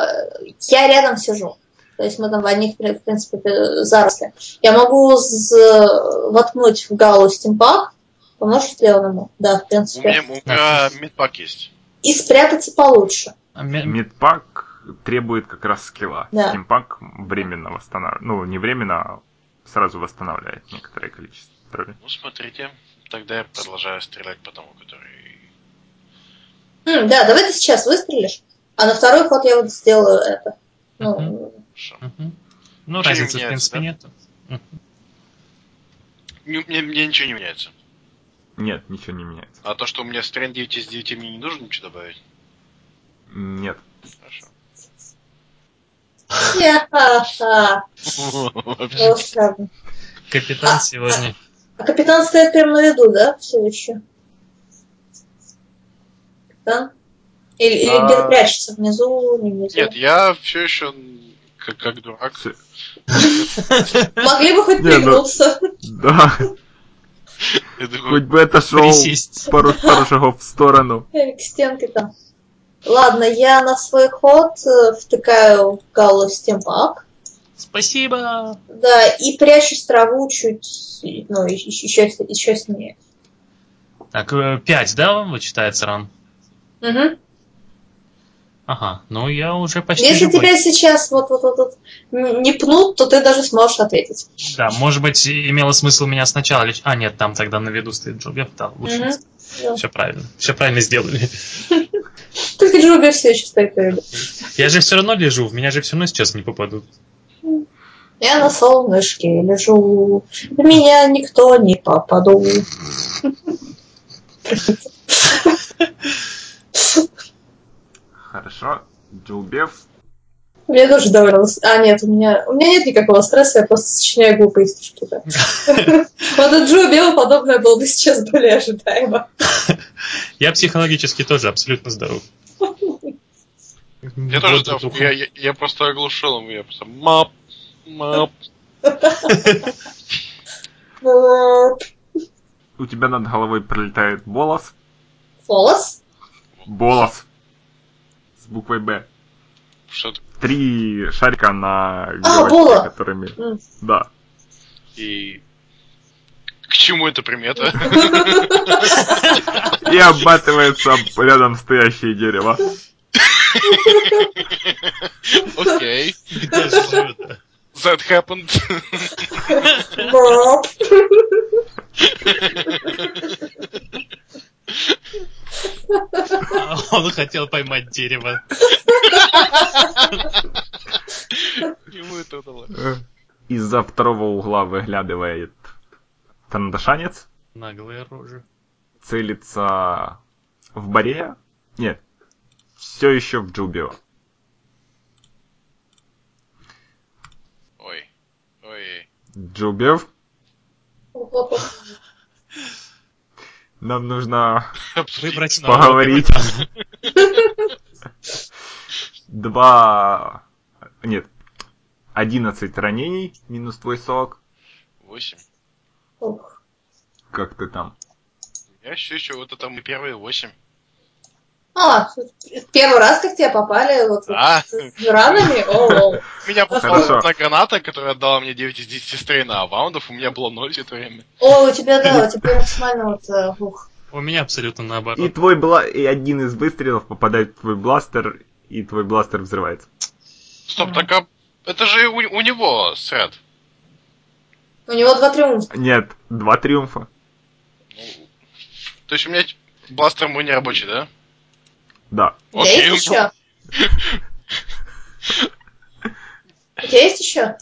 D: Я рядом сижу. То есть мы там в одних, в принципе, заросли. Я могу з- воткнуть в галу стимпак, поможешь Леоному? Да, в
C: У
D: принципе.
C: меня, у меня медпак есть.
D: И спрятаться получше.
B: А ме-
A: Мидпак требует как раз скилла.
D: Да.
A: Стимпак временно восстанавливает. Ну, не временно, а сразу восстанавливает некоторое количество здоровья.
C: Ну, смотрите, тогда я продолжаю стрелять по тому, который...
D: М, да, давай ты сейчас выстрелишь, а на второй ход я вот сделаю это. Ну,
C: Хорошо.
B: Мгм. Ну,
C: Ничего не
B: разницы, в
C: меняется,
B: принципе,
C: да?
B: нет.
C: Не- Мне, мне ничего не меняется.
A: Нет, ничего не меняется.
C: А то, что у меня стрен 9 из 9, мне не нужно ничего добавить?
A: Нет.
C: Хорошо.
D: Ха-ха.
C: Вообще.
D: Вот так.
B: Капитан сегодня.
D: А капитан стоит прямо на виду, да, все еще? Капитан? Или, или
C: А.
D: где-то прячется внизу, не внизу.
C: Нет, я все еще как, как дурак.
A: Всё.
D: Могли бы хоть
A: Не, ну-
D: пригнуться.
A: Да,
C: Я такой,
A: хоть бы отошел
B: Присесть.
A: пару, пару шагов в сторону.
D: Э, К стенке там. Ладно, я на свой ход э, втыкаю галлу в стимпак.
B: Спасибо.
D: Да, и прячусь в траву чуть, ну, еще, еще сильнее.
B: Так, э, пять, да, вам вычитается ран?
D: Мгм.
B: Ага, ну я уже почти
D: Если
B: живой.
D: тебя сейчас вот-вот-вот не пнут, то ты даже сможешь ответить.
B: Да, может быть, имело смысл меня сначала лечь. А, нет, там тогда на виду стоит Джо. Я встал. Лучше.
D: Мгм. Да.
B: Все правильно. Все правильно сделали.
D: Только Джуби все еще стоит на виду.
B: Я же все равно лежу, в меня же все равно сейчас не попадут.
D: Я на солнышке лежу, в меня никто не попаду.
A: Хорошо. Джулбев.
D: Мне тоже довольно... с- А, нет, у меня... У меня нет никакого стресса, я просто сочиняю глупые стишки, да. Вот у Джо Био подобное было бы сейчас более ожидаемо.
B: Я психологически тоже абсолютно здоров.
C: Я тоже дав- я, я, я просто оглушил его, я просто мап, мап.
D: Э,
A: У тебя над головой пролетает болос.
D: Волос?
A: Болос. С буквой Б.
C: Что это?
A: Три шарика на
D: А,
A: голове,
D: боло.
A: которыми...
D: М.
A: Да.
C: И к чему эта примета?
A: И обматывается об рядом стоящее дерево.
C: Окей. That happened.
D: Да.
B: А Он хотел поймать дерево.
C: Ему это удалось.
A: Э. Из-за второго угла выглядывает тандашанец.
B: Наглые рожи.
A: Целится в Борея. Нет. Все еще в Джубио.
C: Ой. Ой.
A: Джубев. Нам нужно
B: Выбрать нового
A: поговорить.
B: капитана.
A: Два... Нет. 11 ранений, минус твой сок.
C: Восемь.
D: Ух.
A: Как ты там?
C: Я все еще вот это там первые восемь.
D: А, первый раз, как тебя попали вот
C: Да.
D: с ранами? О,
C: А, Меня
A: Хорошо.
C: попала одна граната, которая отдала мне 9 из 10 стрейна, а ваундов у меня было 0 все это время.
D: О, у тебя, да, у тебя максимально вот... э, ух.
B: У меня абсолютно
A: И
B: наоборот.
A: твой бла... и один из выстрелов попадает в твой бластер, и твой бластер взрывается.
C: Стоп, так а... Это же у, у него сред.
D: У него два триумфа.
A: Нет, два триумфа.
C: То есть у меня ч- бластер мой не рабочий, да?
A: Да.
D: У тебя
C: Окей,
D: есть
C: у меня-
D: еще? У тебя есть еще?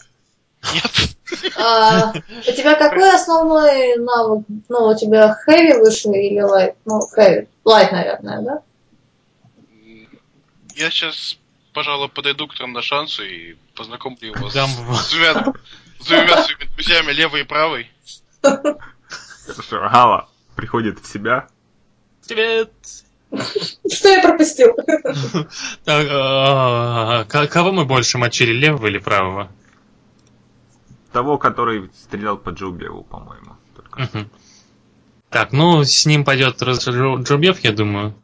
C: Нет.
D: А, у тебя какой основной навык? Ну, у тебя хэви выше или лайт? Ну, хэви. Лайт, наверное, да?
C: Я сейчас, пожалуй, подойду к Трандашансу и познакомлю его с,
B: Дам
C: с двумя, с двумя своими друзьями, левый и правый.
A: Хорошо. Гала приходит в себя.
B: Привет!
D: Что я пропустил?
B: Так, а, к- кого мы больше мочили, левого или правого?
A: Того, который стрелял по Джубиеву, по-моему. Только.
B: Мгм. Так, ну с ним пойдет Джубьев, я думаю.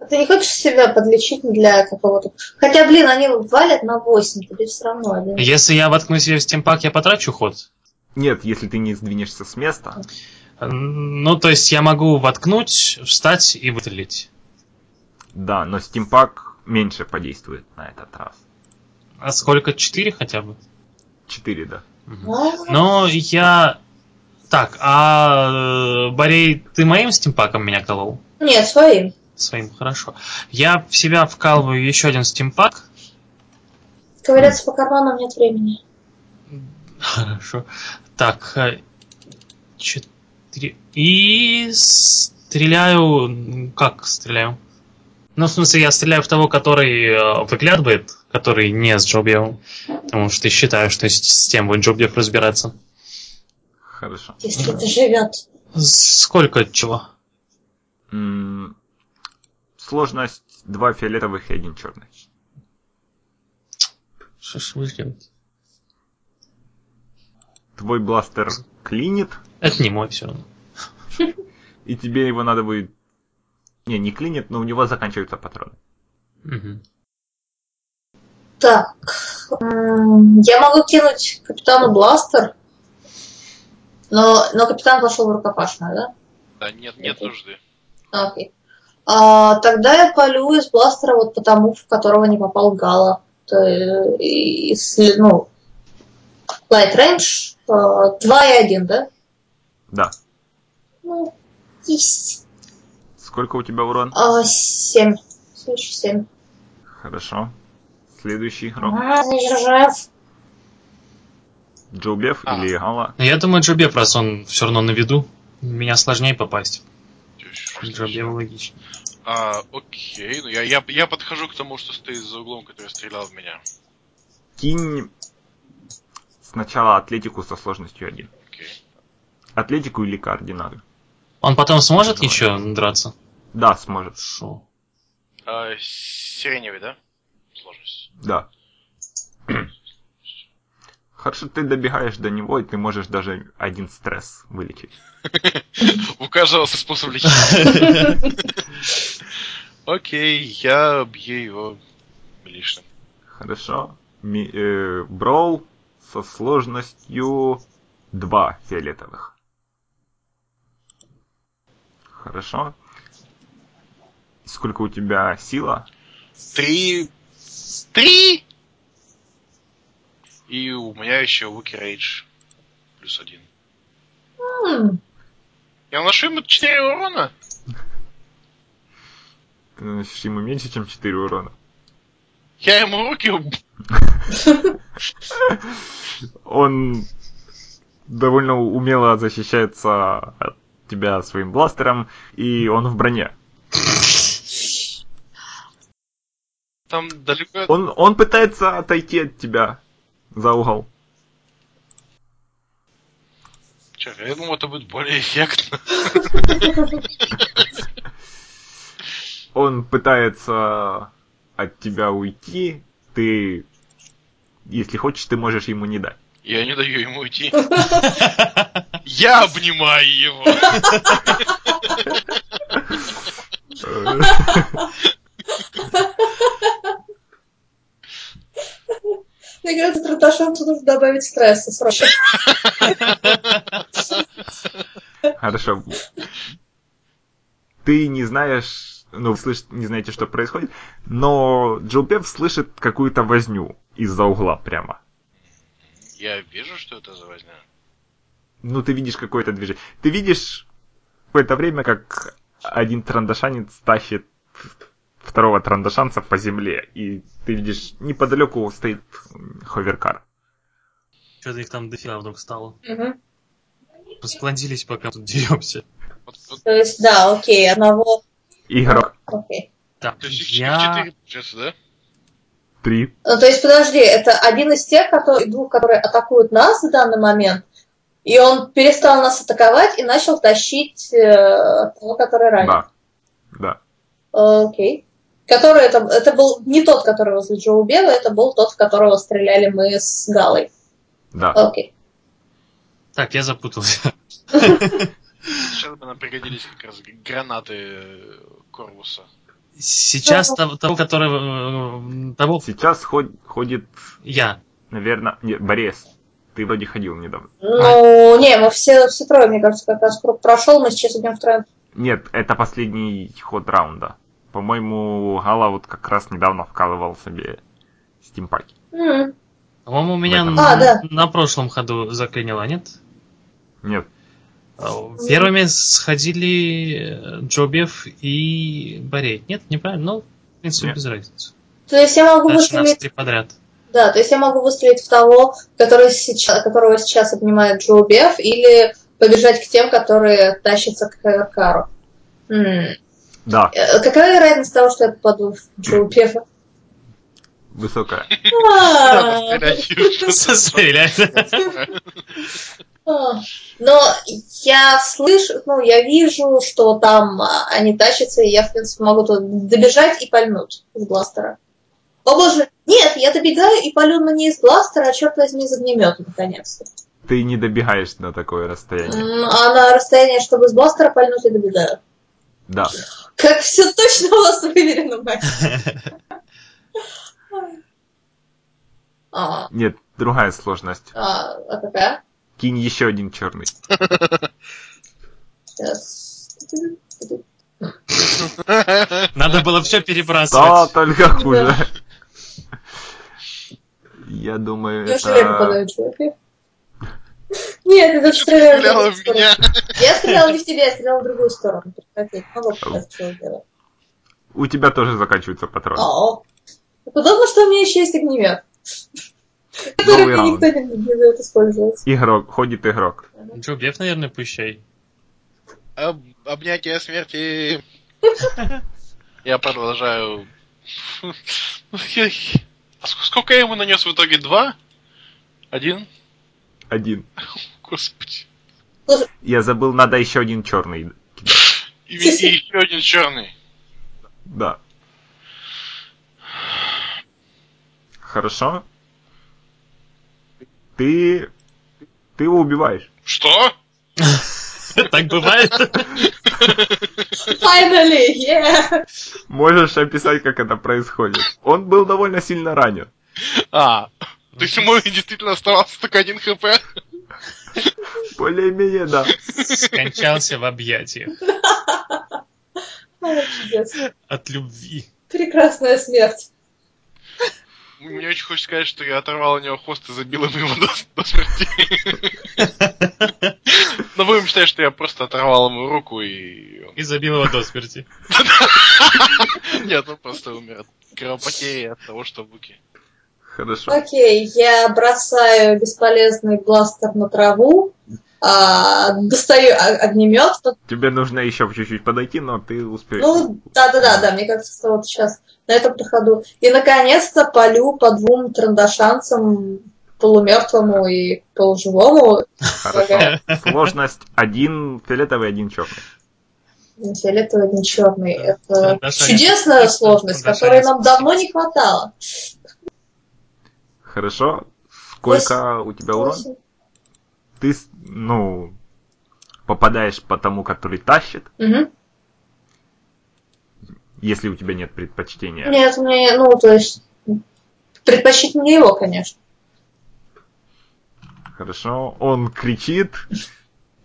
D: А Ты не хочешь себя подлечить для какого-то... Хотя, блин, они валят на 8, тебе все равно один.
B: Если я воткну себе в стимпак, я потрачу ход.
A: Нет, если ты не сдвинешься с места.
B: М, Ну, то есть я могу воткнуть, встать и выстрелить.
A: Да, но стимпак меньше подействует на этот раз.
B: А сколько? Четыре хотя бы?
A: Четыре, да.
B: Мгм.
D: Ну,
B: Но я... Так, а э, Борей, ты моим стимпаком меня колол?
D: Нет, своим.
B: Своим, хорошо. Я в себя вкалываю еще один стимпак.
D: Ковыряться по карманам нет времени.
B: Хорошо. Так, э, чет- три. И стреляю... Как стреляю? Ну, в смысле, я стреляю в того, который э, выглядывает, который не с Джобьевым. Потому что я считаю, что с, с тем будет Джобьев разбираться.
A: Хорошо.
D: Если доживет.
B: Сколько чего?
A: М, М-м, Сложность два фиолетовых и один черный.
B: Что ж вы ждете?
A: Твой бластер клинит,
B: Это не мой все равно.
A: и тебе его надо будет... Не, не клинит, но у него заканчиваются патроны.
B: Мгм.
D: Так. м, Я могу кинуть капитану бластер. Но, но капитан пошел в рукопашную, да?
C: Да нет, нет нужды.
D: А, Окей. А, тогда я полю из бластера вот по тому, в которого не попал Гала. То е- и- и с- ну, light range 2 и 1, да?
A: Да.
D: Ну, есть.
A: Сколько у тебя урон?
D: 7. а, Следующий 7.
A: Хорошо. Следующий игрок.
D: А, Жужжев.
A: Джоубев
C: А.
A: или Гала.
B: Но я думаю, Джобьев, раз он все равно на виду, меня сложнее попасть. Джобьев логично.
C: А, окей, ну я, я, я подхожу к тому, что стоит за углом, который стрелял в меня.
A: Кинь сначала атлетику со сложностью один.
C: Окей.
A: Атлетику или координаты.
B: Он потом сможет
A: Давай.
B: еще драться?
A: Да, сможет.
B: Шо?
C: А, сиреневый, да? Сложность.
A: Да. Хорошо, ты добегаешь до него, и ты можешь даже один стресс вылечить.
C: У каждого свой способ лечения. Окей, я бью его лишним.
A: Хорошо. Ми- э, брол со сложностью 2 фиолетовых. Хорошо. Сколько у тебя сила?
C: Три... Три! И у меня еще Луки Рейдж. Плюс один.
D: М,
C: Я наношу ему 4 урона.
A: Ты наносишь ему меньше, Э, чем 4 урона.
C: Я ему руки... уб-
A: Он довольно умело защищается от тебя своим бластером, и он в броне.
C: Там далеко...
A: Он, он пытается отойти от тебя за угол.
C: Чё, я думал, это будет более эффектно.
A: Он пытается от тебя уйти. Ты, если хочешь, ты можешь ему не дать.
C: Я не даю ему уйти. Я обнимаю его.
A: Э,
D: Мне кажется, Трудашенцу нужно добавить стресса срочно.
A: Хорошо. Ты не знаешь, ну, слышь, не знаете, что происходит, но Джилбев слышит какую-то возню из-за угла прямо.
C: Я вижу, что это за возня.
A: Ну, ты видишь какое-то движение. Ты видишь в это время, как один трандашанец тащит второго трандашанца по земле, и ты видишь, неподалеку стоит м, ховеркар.
B: Что-то их там дофига вдруг стало.
D: Мгм.
B: Расплодились, пока мы тут деремся.
C: Вот- вот,
D: То есть, да, окей, одного...
A: Игрок
D: Окей.
B: Так,
C: То есть их
B: я...
C: 4 получается, да?
A: 3.
D: Ну, то есть, подожди, это один из тех, которые, двух, которые атакуют нас в данный момент, и он перестал нас атаковать и начал тащить э, того, который ранен. Э,
A: Да. Да.
D: Окей. Который это, это был не тот, который возле Джоу Бега, это был тот, в которого стреляли мы с Галой.
A: Да.
D: Окей.
B: Так, я запутался.
C: Сейчас бы нам пригодились как раз г- гранаты э, Корвуса.
B: Сейчас того, того, который... э, Того...
A: Сейчас ход- ходит,
B: Я.
A: наверное, нет, Борис. Ты вроде ходил недавно.
D: Ну, не, мы все, все трое, мне кажется, как раз круг прошел, мы сейчас идем втроем.
A: Нет, это последний ход раунда. По-моему, Гала вот как раз недавно вкалывал себе стимпаки.
D: М,
B: По-моему, меня
A: этом.
B: на,
D: А, да.
B: на прошлом ходу заклинило, нет?
A: Нет,
B: А, Первыми сходили э, Джобьев и Борей. Нет, неправильно. Ну, в принципе,
A: Нет.
B: без разницы.
D: То есть я могу
B: Дальше нас
D: выстрелить
B: три подряд.
D: Да, то есть я могу выстрелить в того, который сейчас, которого сейчас обнимает Джоу Беф, или побежать к тем, которые тащатся к Эверкару. М.
A: Да,
D: Э, Какая вероятность того, что я попаду в Джоу Пефа?
A: высокая.
D: А.
B: Стреляет.
D: А, Но я слышу, ну, я вижу, что там а, они тащатся, и я, в принципе, могу туда добежать и пальнуть из бластера. О боже, нет, я добегаю и палю на ней из бластера, а черт возьми, из огнемета, наконец-то.
A: Ты не добегаешь на такое расстояние.
D: М, А на расстояние, чтобы из бластера пальнуть, я добегаю.
A: Да.
D: Как все точно у вас выверено, мать. А,
A: Нет, другая сложность.
D: а, а какая?
A: Кинь еще один черный.
D: Сейчас.
B: Надо было все перебрасывать.
A: Да, только хуже. Я думаю,
D: Неужели я
A: это...
D: попадаю в человека? Нет, это стреляю
C: стреляла
D: в другую
C: в
D: сторону.
C: меня.
D: Я стреляла не в тебя, я стреляла в другую сторону. ну, Прекрати, не могу показать, что я делаю.
A: У тебя тоже заканчиваются патроны.
D: А, О, Так удобно, что у меня еще есть огнемет. Который
A: Новый
D: мне
A: раунд.
D: никто не, не дает использовать.
A: Игрок, ходит игрок.
B: Джо Ну Беф, наверное, пущай.
C: Об- Обнятие смерти. Я продолжаю. А ск- сколько я ему нанес в итоге? Два? Один?
A: Один.
C: Господи.
A: Я забыл, надо еще один черный.
C: И, ви- и еще один черный.
A: Да. Хорошо. Ты... Ты его убиваешь.
C: Что?
B: Так бывает.
D: Finally, yeah!
A: Можешь описать, как это происходит. Он был довольно сильно ранен.
C: А. То есть ему действительно оставался только один хп?
A: Более-менее, да.
B: Скончался в объятиях.
D: Ай, чудес.
B: От любви.
D: Прекрасная смерть.
C: Мне очень хочется сказать, что я оторвал у него хвост и забил им его до, до смерти. Но будем считать, что я просто оторвал ему руку и... он-
B: И забил его до смерти.
C: Нет, он просто умер от кровопотери и от того, что буки.
A: Хорошо.
D: Окей, я бросаю бесполезный бластер на траву, а, достаю о- огнемет,
A: Тебе нужно еще чуть-чуть подойти, но ты успеешь.
D: Ну, да-да-да, да, мне кажется, что вот сейчас на этом проходу. И, наконец-то, полю по двум трандашанцам, полумертвому и полуживому.
A: Хорошо. Сложность один фиолетовый, один черный.
D: Один фиолетовый, один черный.
B: Да,
D: Это
B: трандашанец.
D: чудесная сложность,
B: Трандашанец.
D: которой нам давно не хватало.
A: Хорошо. Сколько у тебя урон?
D: Восемь.
A: Ты, с- ну, попадаешь по тому, который тащит,
D: Мгм.
A: если у тебя нет предпочтения.
D: Нет, мне, ну, то есть, предпочтить мне его, конечно.
A: Хорошо. Он кричит,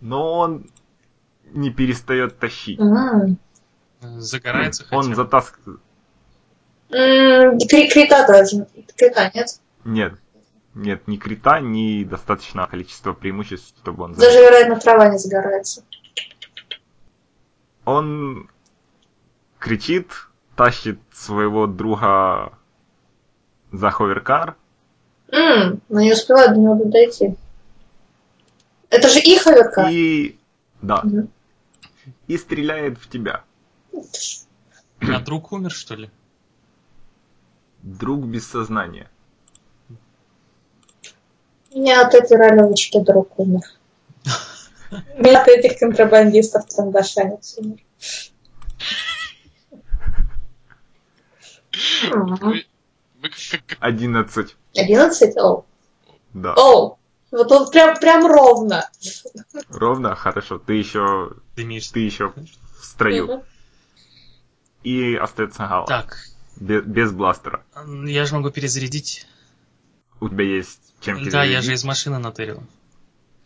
A: но он не перестает тащить.
D: М.
B: Загорается
A: Он
B: хотя бы.
A: затаскивает.
D: М, кри- Крита даже. Крита нет.
A: Нет. Нет, ни крита, ни достаточного количества преимуществ, чтобы он...
D: Даже,
A: заметил.
D: вероятно, трава не загорается.
A: Он кричит, тащит своего друга за ховеркар.
D: М, но не успеваю до него дойти. Это же их оверка.
A: И... Да.
D: Мгм.
A: И стреляет в тебя.
B: А друг умер, что ли?
A: Друг без сознания.
D: Меня от этой ролевочки друг умер. Меня от этих контрабандистов трандашанец умер. М,
C: Вы- вы как- как-
A: 11.
D: 11? Оу.
A: Да.
D: Оу. Вот он прям, прям ровно.
A: Ровно, хорошо. Ты еще...
B: Дымишься.
A: Ты еще в строю.
D: Мгм.
A: И остается гала.
B: Так,
A: Без, без бластера.
B: м, я же могу перезарядить.
A: У тебя есть чем
B: Да, я
A: перезарядить.
B: же из машины натырил.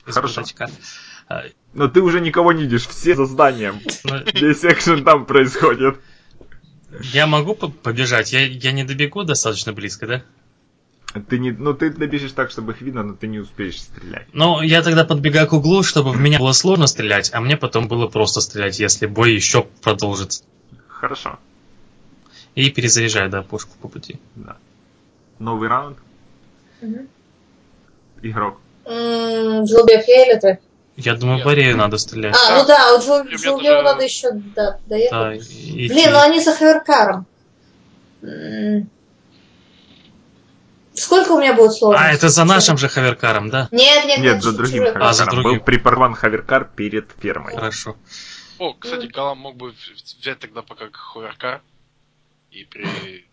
B: Из
A: Хорошо.
B: бардачка. А,
A: Но ты уже никого не видишь. Все за зданием.
B: ну,
A: Весь экшен там происходит.
B: я могу по- побежать? Я, я не добегу достаточно близко, да?
A: Ты не... Ну, ты добежишь так, чтобы их видно, но ты не успеешь стрелять.
B: Ну, я тогда подбегаю к углу, чтобы в меня было сложно стрелять, а мне потом было просто стрелять, если бой еще продолжится.
A: Хорошо.
B: И перезаряжаю, да, пушку по пути.
A: Да. Новый раунд.
D: Мгм.
A: Игрок.
D: М, Джулбия Фей или ты?
B: Я думаю, в Борею надо стрелять.
D: А,
C: Да.
D: ну да, у Джо,
C: Ребята
D: Джо
C: же-
D: Геру надо еще да,
B: Да,
D: доехать.
B: и-
D: А, Блин, ну они за Хаверкаром. М. Сколько у меня будет слов?
B: А, это за нашим же Хаверкаром, да?
D: Нет, нет, нет.
A: Нет, за другим
D: чужой.
B: А, за
A: хаверкаром. Был
B: другим.
A: припорван хаверкар перед фермой.
B: Хорошо.
C: О, кстати, Галам мог бы в- взять тогда пока Хуэркар и при...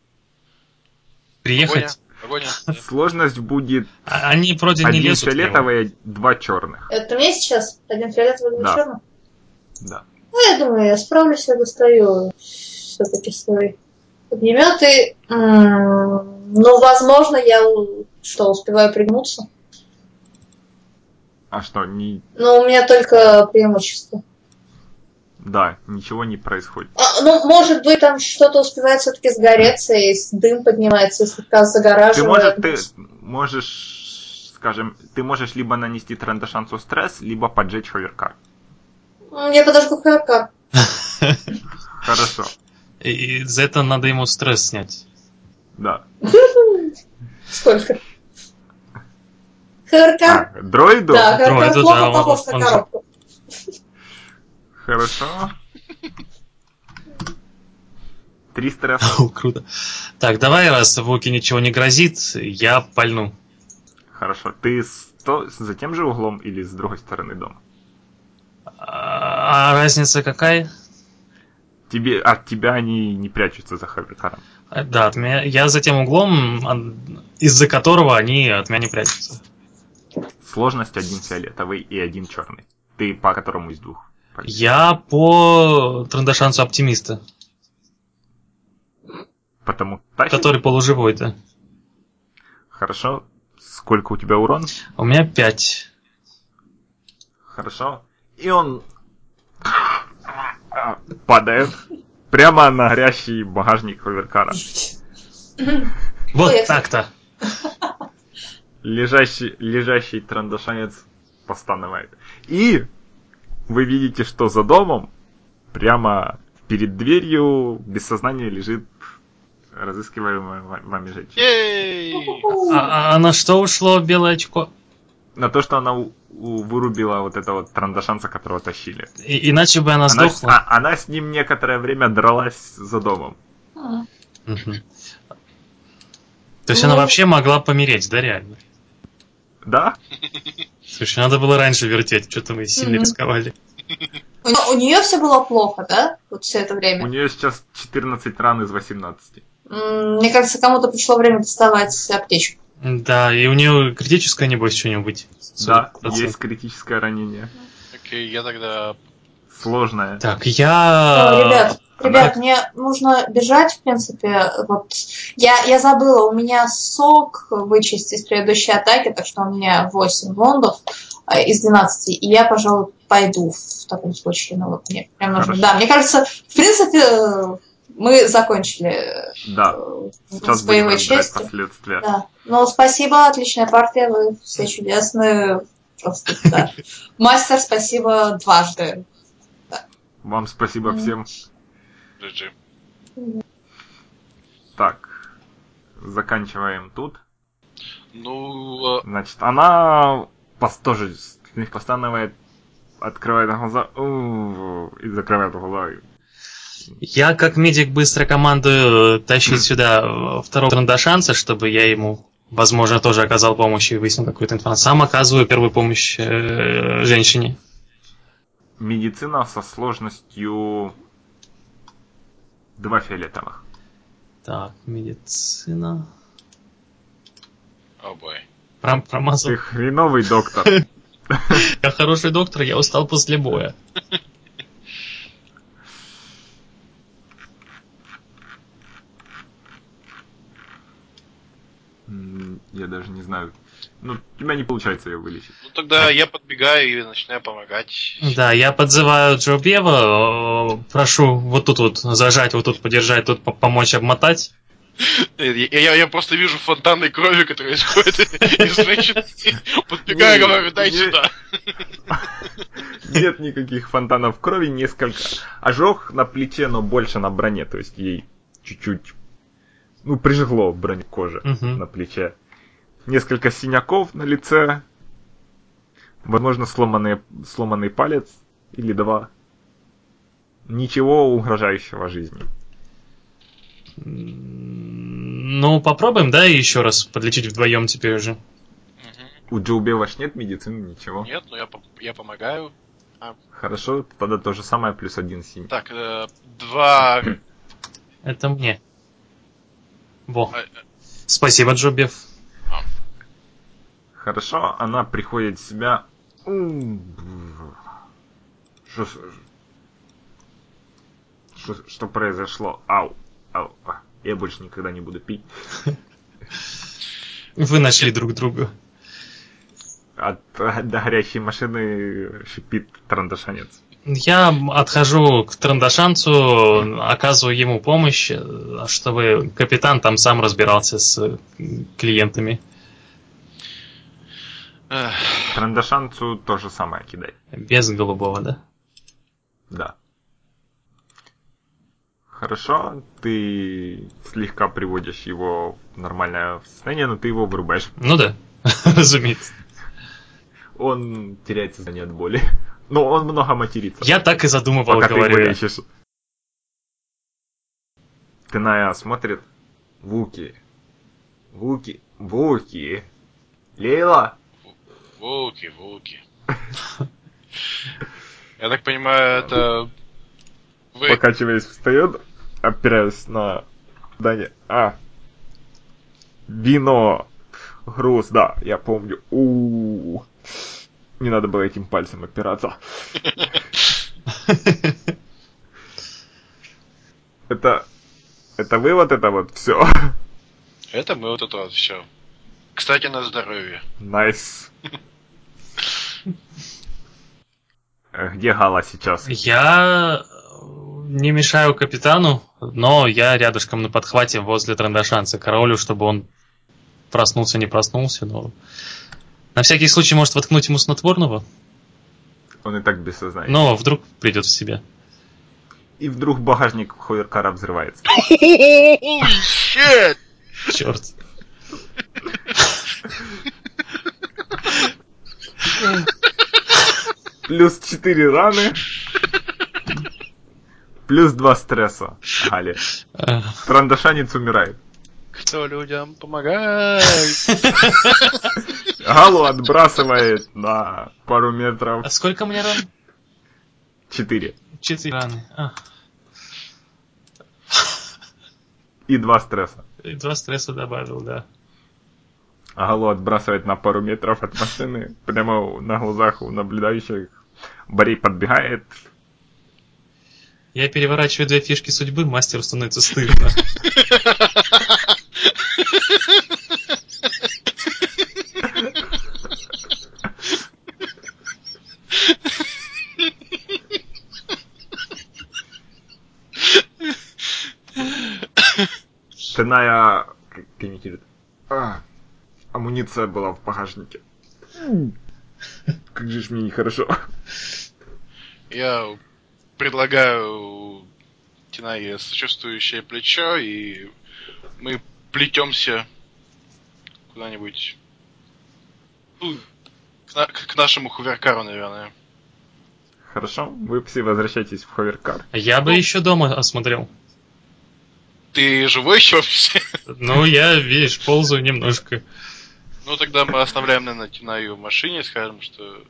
B: Приехать?
C: Погоня. Погоня,
A: Сложность будет
B: А- Они вроде не
A: один
B: лезут. в него.
A: фиолетовый, два черных.
D: Это мне сейчас? Один фиолетовый,
A: Да.
D: два черный?
A: Да.
D: Ну, я думаю, я справлюсь, я достаю все-таки свой огнемет. И, м, ну, возможно, я у- что, успеваю пригнуться.
A: А что, не...
D: Но у меня только преимущество.
A: да, ничего не происходит.
D: А, ну, может быть, там что-то успевает все-таки сгореться, и с- дым поднимается, и слегка
A: Ты
D: загораживает.
A: можешь, ты можешь, скажем, ты можешь либо нанести трендашансу стресс, либо поджечь хаверкар.
D: М, Я подожгу ХРК.
A: Хорошо,
B: И и за это надо ему стресс снять.
A: да.
D: Сколько? ХРК?
A: А, дроиду?
D: Да,
B: Ой,
D: ХРК
B: это да,
D: плохо
B: он-
D: похож
B: он
D: на
B: же-
D: коробку.
A: Хорошо. Три стресса.
B: О, круто. Так, давай, раз Вуки ничего не грозит, я пальну.
A: Хорошо. Ты с, то- за тем же углом или с другой стороны дома?
B: А а разница какая?
A: Тебе, от тебя они не прячутся за хаверкаром.
B: А, Да, от меня, я за тем углом, ан- из-за которого они от меня не прячутся.
A: Сложность один фиолетовый и один черный. Ты по которому из двух?
B: Я по трандашансу оптимиста,
A: Потому тащишь?
B: который полуживой, да.
A: Хорошо. Сколько у тебя урон?
B: У меня пять.
A: Хорошо. И он падает прямо на горящий багажник Хаверкара.
B: Вот
D: Ой, я-
B: так-то.
A: Лежащий, лежащий трандашанец постанывает. И вы видите, что за домом, прямо перед дверью, без сознания лежит разыскиваемая ва- вами женщина.
C: Ей!
B: А, а на что ушло белое очко?
A: На то, что она у- у- вырубила вот этого трандашанца, которого тащили.
B: И- иначе бы она
A: Она,
B: сдохла.
A: а- она с ним некоторое время дралась за домом.
B: а. Мгм. То есть она
D: Ну.
B: вообще могла помереть, да, реально?
A: Да?
B: Слушай, надо было раньше вертеть, что-то мы сильно
D: Мгм.
B: рисковали.
D: У нее- У нее все было плохо, да? Вот все это
A: У
D: время.
A: нее сейчас 14 ран из 18.
D: М, Мне кажется, кому-то пришло время доставать аптечку.
B: Да, и у нее критическое, небось, что-нибудь.
A: Да,
B: 40%.
A: есть критическое ранение.
C: Окей, я тогда...
A: Сложное.
B: Так,
D: О,
B: я...
D: ребят,
B: она-
D: ребят, мне нужно бежать, в принципе. Вот я, я забыла, у меня сок вычесть из предыдущей атаки, так что у меня 8 вондов э, из 12, и я, пожалуй, пойду в таком случае. Ну вот мне прям нужно.
A: Хорошо.
D: Да, мне кажется, в принципе, э, мы закончили э,
A: Да. Сейчас
D: с
A: будем
D: боевой
A: разбирать
D: частью.
A: последствия.
D: Да. Ну, спасибо, отличная партия, вы все чудесные. Просто, да. Мастер, спасибо дважды.
A: Вам спасибо
D: Мгм.
A: всем.
C: GG.
A: Так. Заканчиваем тут.
C: Ну, э,
A: Значит, она пос- тоже с- с них постанывает, открывает глаза «Ууу», и закрывает глаза.
B: Я как медик быстро командую тащить сюда э, второго трандашанца, чтобы я ему, возможно, тоже оказал помощь и выяснил какую-то информацию. Сам оказываю первую помощь э, женщине.
A: Медицина со сложностью два фиолетовых.
B: Так, медицина.
C: о бой.
B: Прям промазал.
A: Ты хреновый доктор.
B: Я хороший доктор, я устал после боя.
A: М, Я даже не знаю. Ну, у тебя не получается ее вылечить.
C: Ну тогда я подбегаю и начинаю помогать.
B: Да, я подзываю Джо Бева, э, прошу вот тут вот зажать, вот тут подержать, тут по- помочь обмотать.
C: Я, Э, я- я просто вижу фонтанной крови, которая исходит из женщины. Подбегаю,
A: Не,
C: говорю, дай
A: не-
C: сюда.
A: Нет никаких фонтанов крови, несколько. Ожог на плече, но больше на броне, то есть ей чуть-чуть, ну, прижигло броню кожи
B: Мгм.
A: на плече. Несколько синяков на лице. Возможно, сломанные, сломанный палец или два. Ничего угрожающего жизни.
B: Ну, попробуем, да, еще раз подлечить вдвоем теперь уже.
A: У Джоуби ваш нет медицины, ничего.
C: Нет, но я, пом- я помогаю.
A: Хорошо, тогда то же самое, плюс один синий.
C: Так, э, два... э,
B: Это мне. Во.
C: э,
B: Спасибо, Джобев.
A: Хорошо, она приходит в себя. М, бр. Что, с- что, что произошло? Ау, ау, а. я больше никогда не буду пить.
B: Вы нашли друг друга.
A: От, от горящей машины шипит трандашанец.
B: Я отхожу к Трандашанцу, оказываю ему помощь, э, чтобы капитан там сам разбирался с э, клиентами.
C: э,
A: Трандашанцу то же самое кидай.
B: Без голубого, да?
A: Да. Хорошо, ты слегка приводишь его в нормальное состояние, но ты его вырубаешь.
B: Ну да, разумеется.
A: Он теряет сознание от боли. Но он много матерится.
B: Я так и задумывал,
A: пока ты его
B: говорю. я.
A: лечишь. Каная смотрит. Вуки. Вуки. Вуки. Лейла.
C: Волки, волки. Я так понимаю, это... Вы...
A: Покачиваясь, встает, опираясь на здание. А. Вино. Груз, да, я помню. у Не надо было этим пальцем опираться. Это... Это вывод, это вот все.
C: Это мы вот это вот все. Кстати, на здоровье.
A: Найс. Э, Где Гала сейчас?
B: Я э, не мешаю капитану, но я рядышком на подхвате возле Трандашанца королю, чтобы он проснулся, не проснулся, но... На всякий случай, может, воткнуть ему снотворного?
A: Он и так без сознания.
B: Но вдруг придет в себя.
A: И вдруг багажник Хойеркара взрывается.
C: Holy shit!
B: Черт.
A: Плюс 4 раны. Плюс 2 стресса. Гали.
B: Э,
A: Трандашанец умирает.
C: Кто людям помогает?
A: Галу отбрасывает на пару метров.
B: А сколько мне ран?
A: 4.
B: Четыре раны. А,
A: И 2 стресса.
B: и два стресса добавил, да.
A: Галу отбрасывает на пару метров от машины. Прямо у- на глазах у наблюдающих. Борей подбегает.
B: Я переворачиваю две фишки судьбы, мастеру становится стыдно.
A: Стальная к- комментирует. А, амуниция была в багажнике. Как же ж мне нехорошо.
C: Я предлагаю Тинае сочувствующее плечо, и мы плетемся куда-нибудь. Ну, к, на- к нашему хуверкару, наверное.
A: Хорошо, вы все возвращаетесь в ховеркар.
B: А Я бы
C: Ну.
B: еще дома осмотрел.
C: Ты живой еще вообще?
B: Ну, я, видишь, ползаю немножко.
C: Ну, тогда мы оставляем, наверное, Тинаю в машине, скажем, что...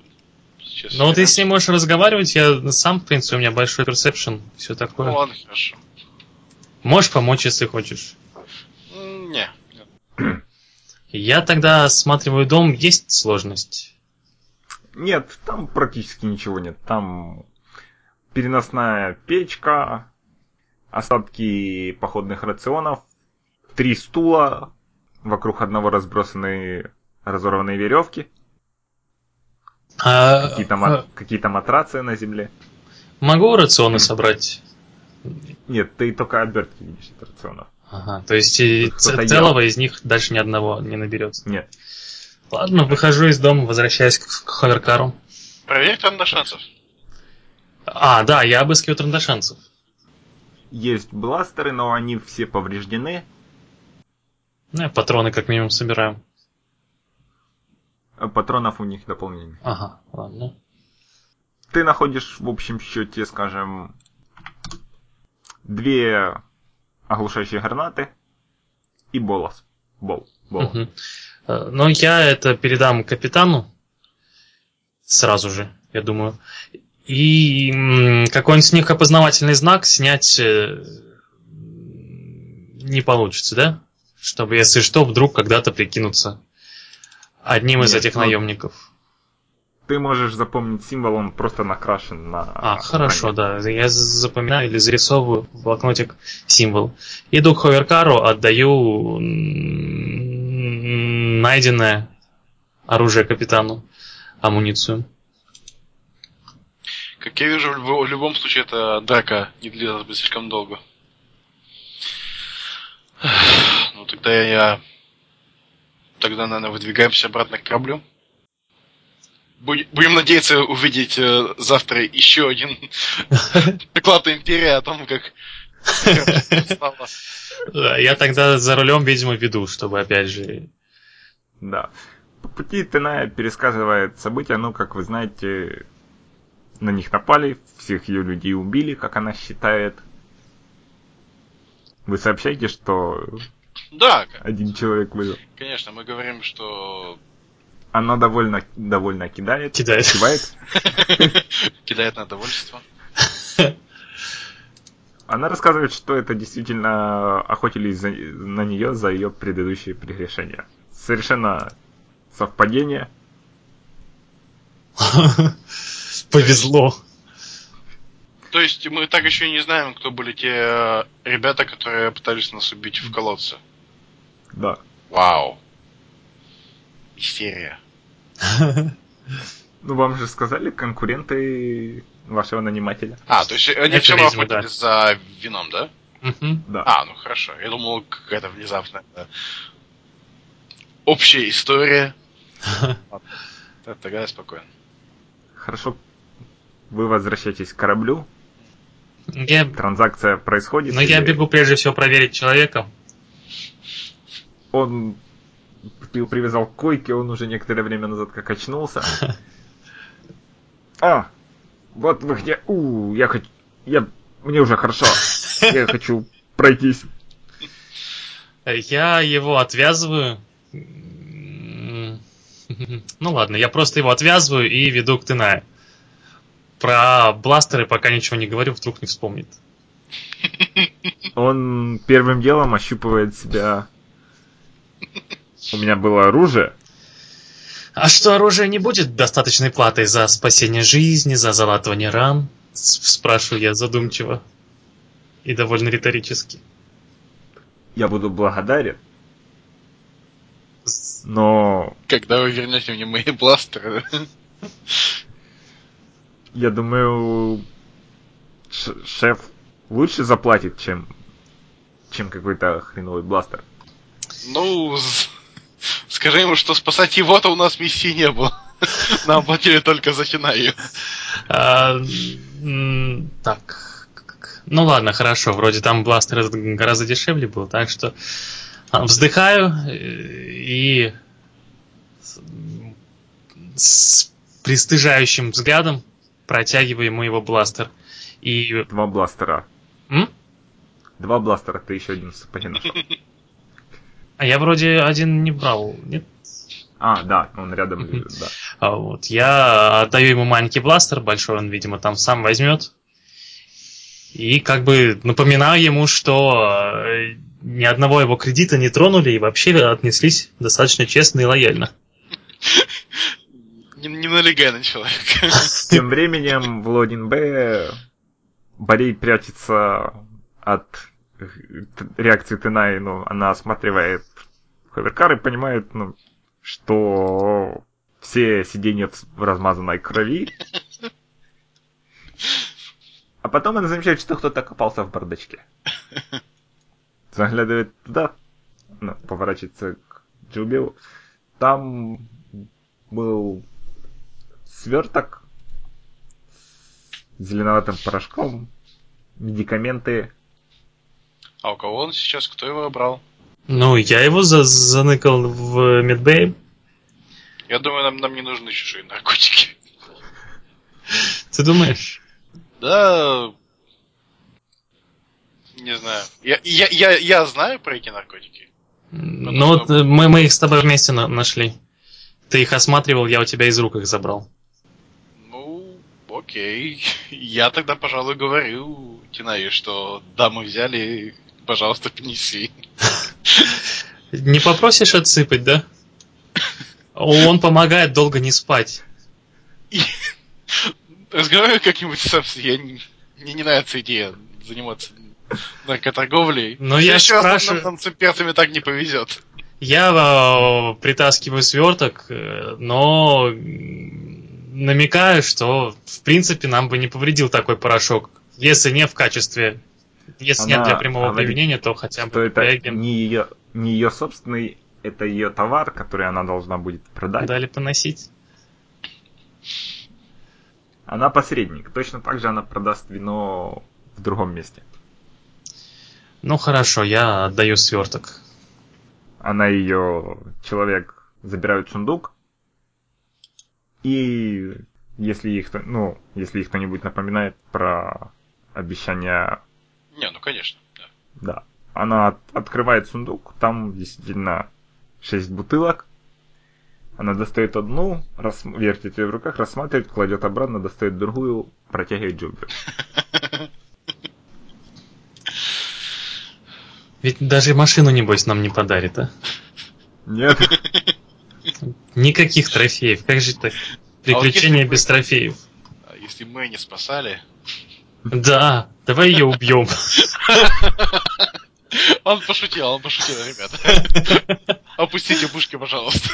C: сейчас
B: Но ты с
C: вернемся.
B: ним Ну можешь разговаривать, я сам, в принципе, у меня большой персепшн, все
C: Ну,
B: такое.
C: ладно, хорошо.
B: Можешь помочь, если хочешь.
C: М, Не.
B: Я тогда осматриваю дом, есть сложность.
A: Нет, там практически ничего нет. Там переносная печка, остатки походных рационов, три стула, вокруг одного разбросаны разорванные веревки,
B: А,
A: какие-то,
B: а,
A: ма- какие-то матрацы на земле.
B: могу рационы собрать?
A: Нет, ты только обертки видишь от рационов.
B: Ага, то есть и
A: Кто-то
B: ц-
A: ел.
B: целого из них дальше ни одного не наберется.
A: Нет.
B: Ладно, выхожу из дома, возвращаюсь к, к ховеркару.
C: Проверь там на шансов.
B: А, да, я обыскиваю трандашанцев.
A: Есть бластеры, но они все повреждены.
B: Ну, я патроны как минимум собираю.
A: А Патронов у них дополнение.
B: Ага, ладно.
A: Ты находишь, в общем счете, скажем, две оглушающие гранаты и болос. Бол. Болос.
B: Мгм. Э, Но я это передам капитану сразу же, я думаю. И м, какой-нибудь с них опознавательный знак снять э, не получится, да? Чтобы, если что, вдруг когда-то прикинуться одним из
A: Нет,
B: этих
A: ну,
B: наемников.
A: Ты можешь запомнить символ, он просто накрашен на...
B: А, хорошо, да. Я з- запоминаю или зарисовываю в блокнотик символ. Иду к Ховеркару, отдаю м, найденное оружие капитану, амуницию.
C: Как я вижу, в, любо- в любом случае это драка не длилась бы слишком долго. Ну тогда я... Тогда, наверное, выдвигаемся обратно к кораблю. Будь- Будем надеяться увидеть э, завтра еще один доклад Империи о том, как стало.
B: Да, Я тогда за рулем, видимо, веду, чтобы опять же.
A: Да. По пути Теная пересказывает события, ну, как вы знаете, на них напали, всех ее людей убили, как она считает. Вы сообщаете, что
C: Да, к-
A: один человек выжил.
C: конечно, мы говорим, что
A: Она довольно, довольно кидает.
B: Кидает.
A: Кивает.
C: кидает на довольство.
A: Она рассказывает, что это действительно охотились за- на нее за ее предыдущие прегрешения. Совершенно совпадение.
B: Повезло.
C: То есть мы так еще и не знаем, кто были те э, ребята, которые пытались нас убить в колодце.
A: Да.
C: Вау. Истерия.
A: Ну, вам же сказали конкуренты вашего нанимателя.
C: А, то есть они
B: Это
C: все равно
B: резьма, да.
C: охотились за вином, да?
B: Мгм.
A: Да.
C: А, ну хорошо. Я думал, какая-то внезапная да. общая история. Ладно. Т- Тогда я спокоен.
A: Хорошо. Вы возвращаетесь к кораблю.
B: Я-
A: Транзакция происходит.
B: Но я
A: или
B: бегу прежде всего проверить человека.
A: Он при- привязал к койке, он уже некоторое время назад как очнулся. А, вот вы где. У, я хочу... Я... Мне уже хорошо. Я хочу пройтись.
B: Э, Я его отвязываю. М, Ну ладно, я просто его отвязываю и веду к Тинае. Про бластеры пока ничего не говорю, вдруг не вспомнит.
A: Он первым делом ощупывает себя. У меня было оружие.
B: А что оружие не будет достаточной платой за спасение жизни, за залатывание ран? С- Спрашиваю я задумчиво и довольно риторически.
A: Я буду благодарен,
B: С-
A: но
C: Когда вы вернете мне мои бластеры?
A: я думаю, ш- шеф лучше заплатит, чем чем какой-то хреновый бластер.
C: Ну, з- скажи ему, что спасать его-то у нас миссии не было. Нам платили только за Хинаю.
B: А, м, так. Ну ладно, хорошо. Вроде там бластер этот гораздо дешевле был, так что а, вздыхаю э, и с- м, с пристыжающим взглядом протягиваю ему его бластер. И
A: Два бластера.
B: М?
A: Два бластера, ты еще один в сапоге нашел.
B: А я вроде один не брал, нет?
A: А, да, он рядом лежит, да.
B: А вот я отдаю ему маленький бластер, большой он, видимо, там сам возьмет. И как бы напоминаю ему, что э, ни одного его кредита не тронули и вообще отнеслись достаточно честно и лояльно.
C: Не, не налегай на человека.
A: Тем временем в Лодин Б Борей прячется от г- т- реакции Тенаи, ну, она осматривает Хаверкар и понимает, ну, что все сиденья в с- в размазанной крови. А потом она замечает, что кто-то копался в бардачке. Заглядывает туда, ну, поворачивается к Джубилу. Там был сверток с зеленоватым порошком, медикаменты.
C: А у кого он сейчас? Кто его брал?
B: Ну, я его за- заныкал в медбей.
C: Я думаю, нам, нам не нужны чужие наркотики.
B: Ты думаешь?
C: Да... Не знаю. Я, я, я, я знаю про эти наркотики.
B: Ну вот э, мы, мы их с тобой вместе на- нашли. Ты их осматривал, я у тебя из рук их забрал.
C: Ну, окей. Я тогда, пожалуй, говорю Тинае, что да, мы взяли, пожалуйста, принеси.
B: Не попросишь отсыпать, да? Он помогает долго не спать.
C: Разговаривай как-нибудь сам с я не- Мне не нравится идея заниматься
B: Но
C: наркоторговлей. В
B: Ну, я
C: следующий раз нам-
B: спрашиваю-
C: Нам, с имперцами так не повезет.
B: Я э, притаскиваю сверток, э, но м, намекаю, что в принципе нам бы не повредил такой порошок. Если не в качестве. Если
A: Она
B: нет для прямого
A: говорит,
B: применения, то хотя бы
A: Что это
B: реагент
A: не ее, не ее собственный, это ее товар, который она должна будет продать.
B: дали поносить.
A: Она посредник. Точно так же она продаст вино в другом месте.
B: Ну хорошо, я отдаю сверток.
A: Она ее человек забирают в сундук. И если их, ну, если их кто-нибудь напоминает про обещание,
C: Не, ну конечно. да.
A: да, она от- открывает сундук, там действительно шесть бутылок. Она достает одну, рас- вертит ее в руках, рассматривает, кладет обратно, достает другую, протягивает Джулию.
B: Ведь даже машину, небось, нам не подарит, а?
A: Нет,
B: Никаких трофеев. Как же так?
C: вот
B: Приключения
C: если бы-
B: без трофеев.
C: А Если мы не спасали...
B: Да, давай ее убьем.
C: Он пошутил, он пошутил, ребята. Опустите пушки, пожалуйста.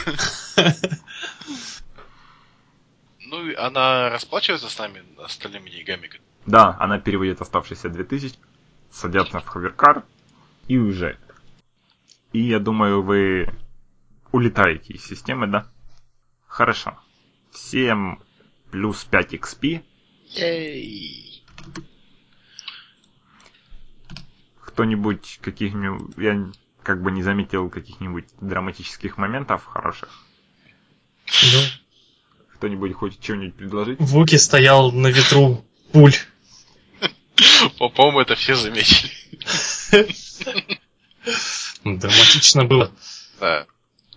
C: Ну, и она расплачивается с нами остальными деньгами.
A: Да, она переводит оставшиеся 2000, садятся в ховеркар и уезжает. И я думаю, вы улетаете из системы, да? Хорошо. Всем плюс 5 XP.
C: Ей.
A: Кто-нибудь каких-нибудь... Я н- как бы не заметил каких-нибудь драматических моментов хороших.
B: Ну,
A: Кто-нибудь хочет чего-нибудь предложить?
B: Вуки стоял на ветру пуль.
C: По-моему, это все заметили.
B: Драматично было.
C: Да.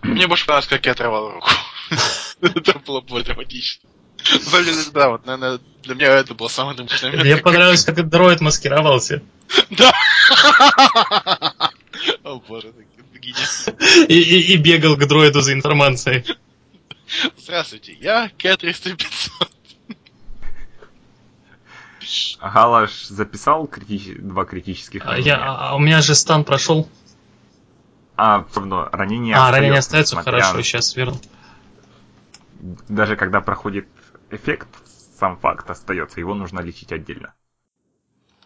C: Мне больше понравилось, как я оторвал руку. Это было более драматично. На самом деле, да, вот, наверное, для меня это был самый драматичный момент.
B: Мне понравилось, как этот дроид маскировался.
C: Да! О боже, это гениально.
B: И, и- и бегал к дроиду за информацией.
C: Здравствуйте, я К-3500.
A: Галаш записал критич- два критических
B: А,
A: ранения?
B: я, а- а у меня же стан прошел.
A: А, всё равно, ранение
B: а, ранение
A: остаётся,
B: остается,
A: несмотря
B: хорошо,
A: на-
B: сейчас верну.
A: даже когда проходит эффект, сам факт остается, его нужно лечить отдельно.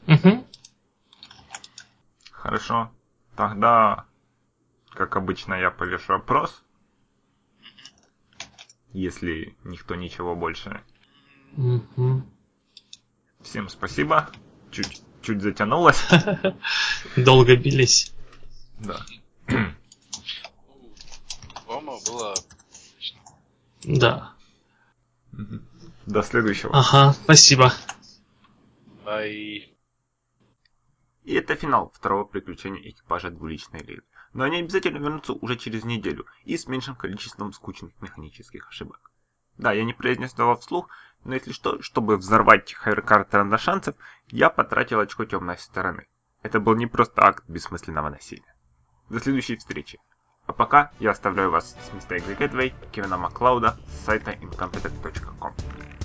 B: Мгм.
A: Хорошо. Тогда, как обычно, я повешу опрос. Если никто ничего больше.
B: Мгм.
A: Всем спасибо. Чуть, чуть затянулось.
B: Долго бились.
A: Да.
C: По-моему, было...
B: Да.
A: Мгм. До следующего.
B: Ага, спасибо.
C: Да, и...
A: И это финал второго приключения экипажа двуличной рейды. Но они обязательно вернутся уже через неделю и с меньшим количеством скучных механических ошибок. Да, я не произнес слова вслух, но если что, чтобы взорвать хайркар шансов, я потратил очко темной стороны. Это был не просто акт бессмысленного насилия. До следующей встречи. А пока я оставляю вас с Mistake the Gateway, Кевина Маклауда с сайта incompetent.com.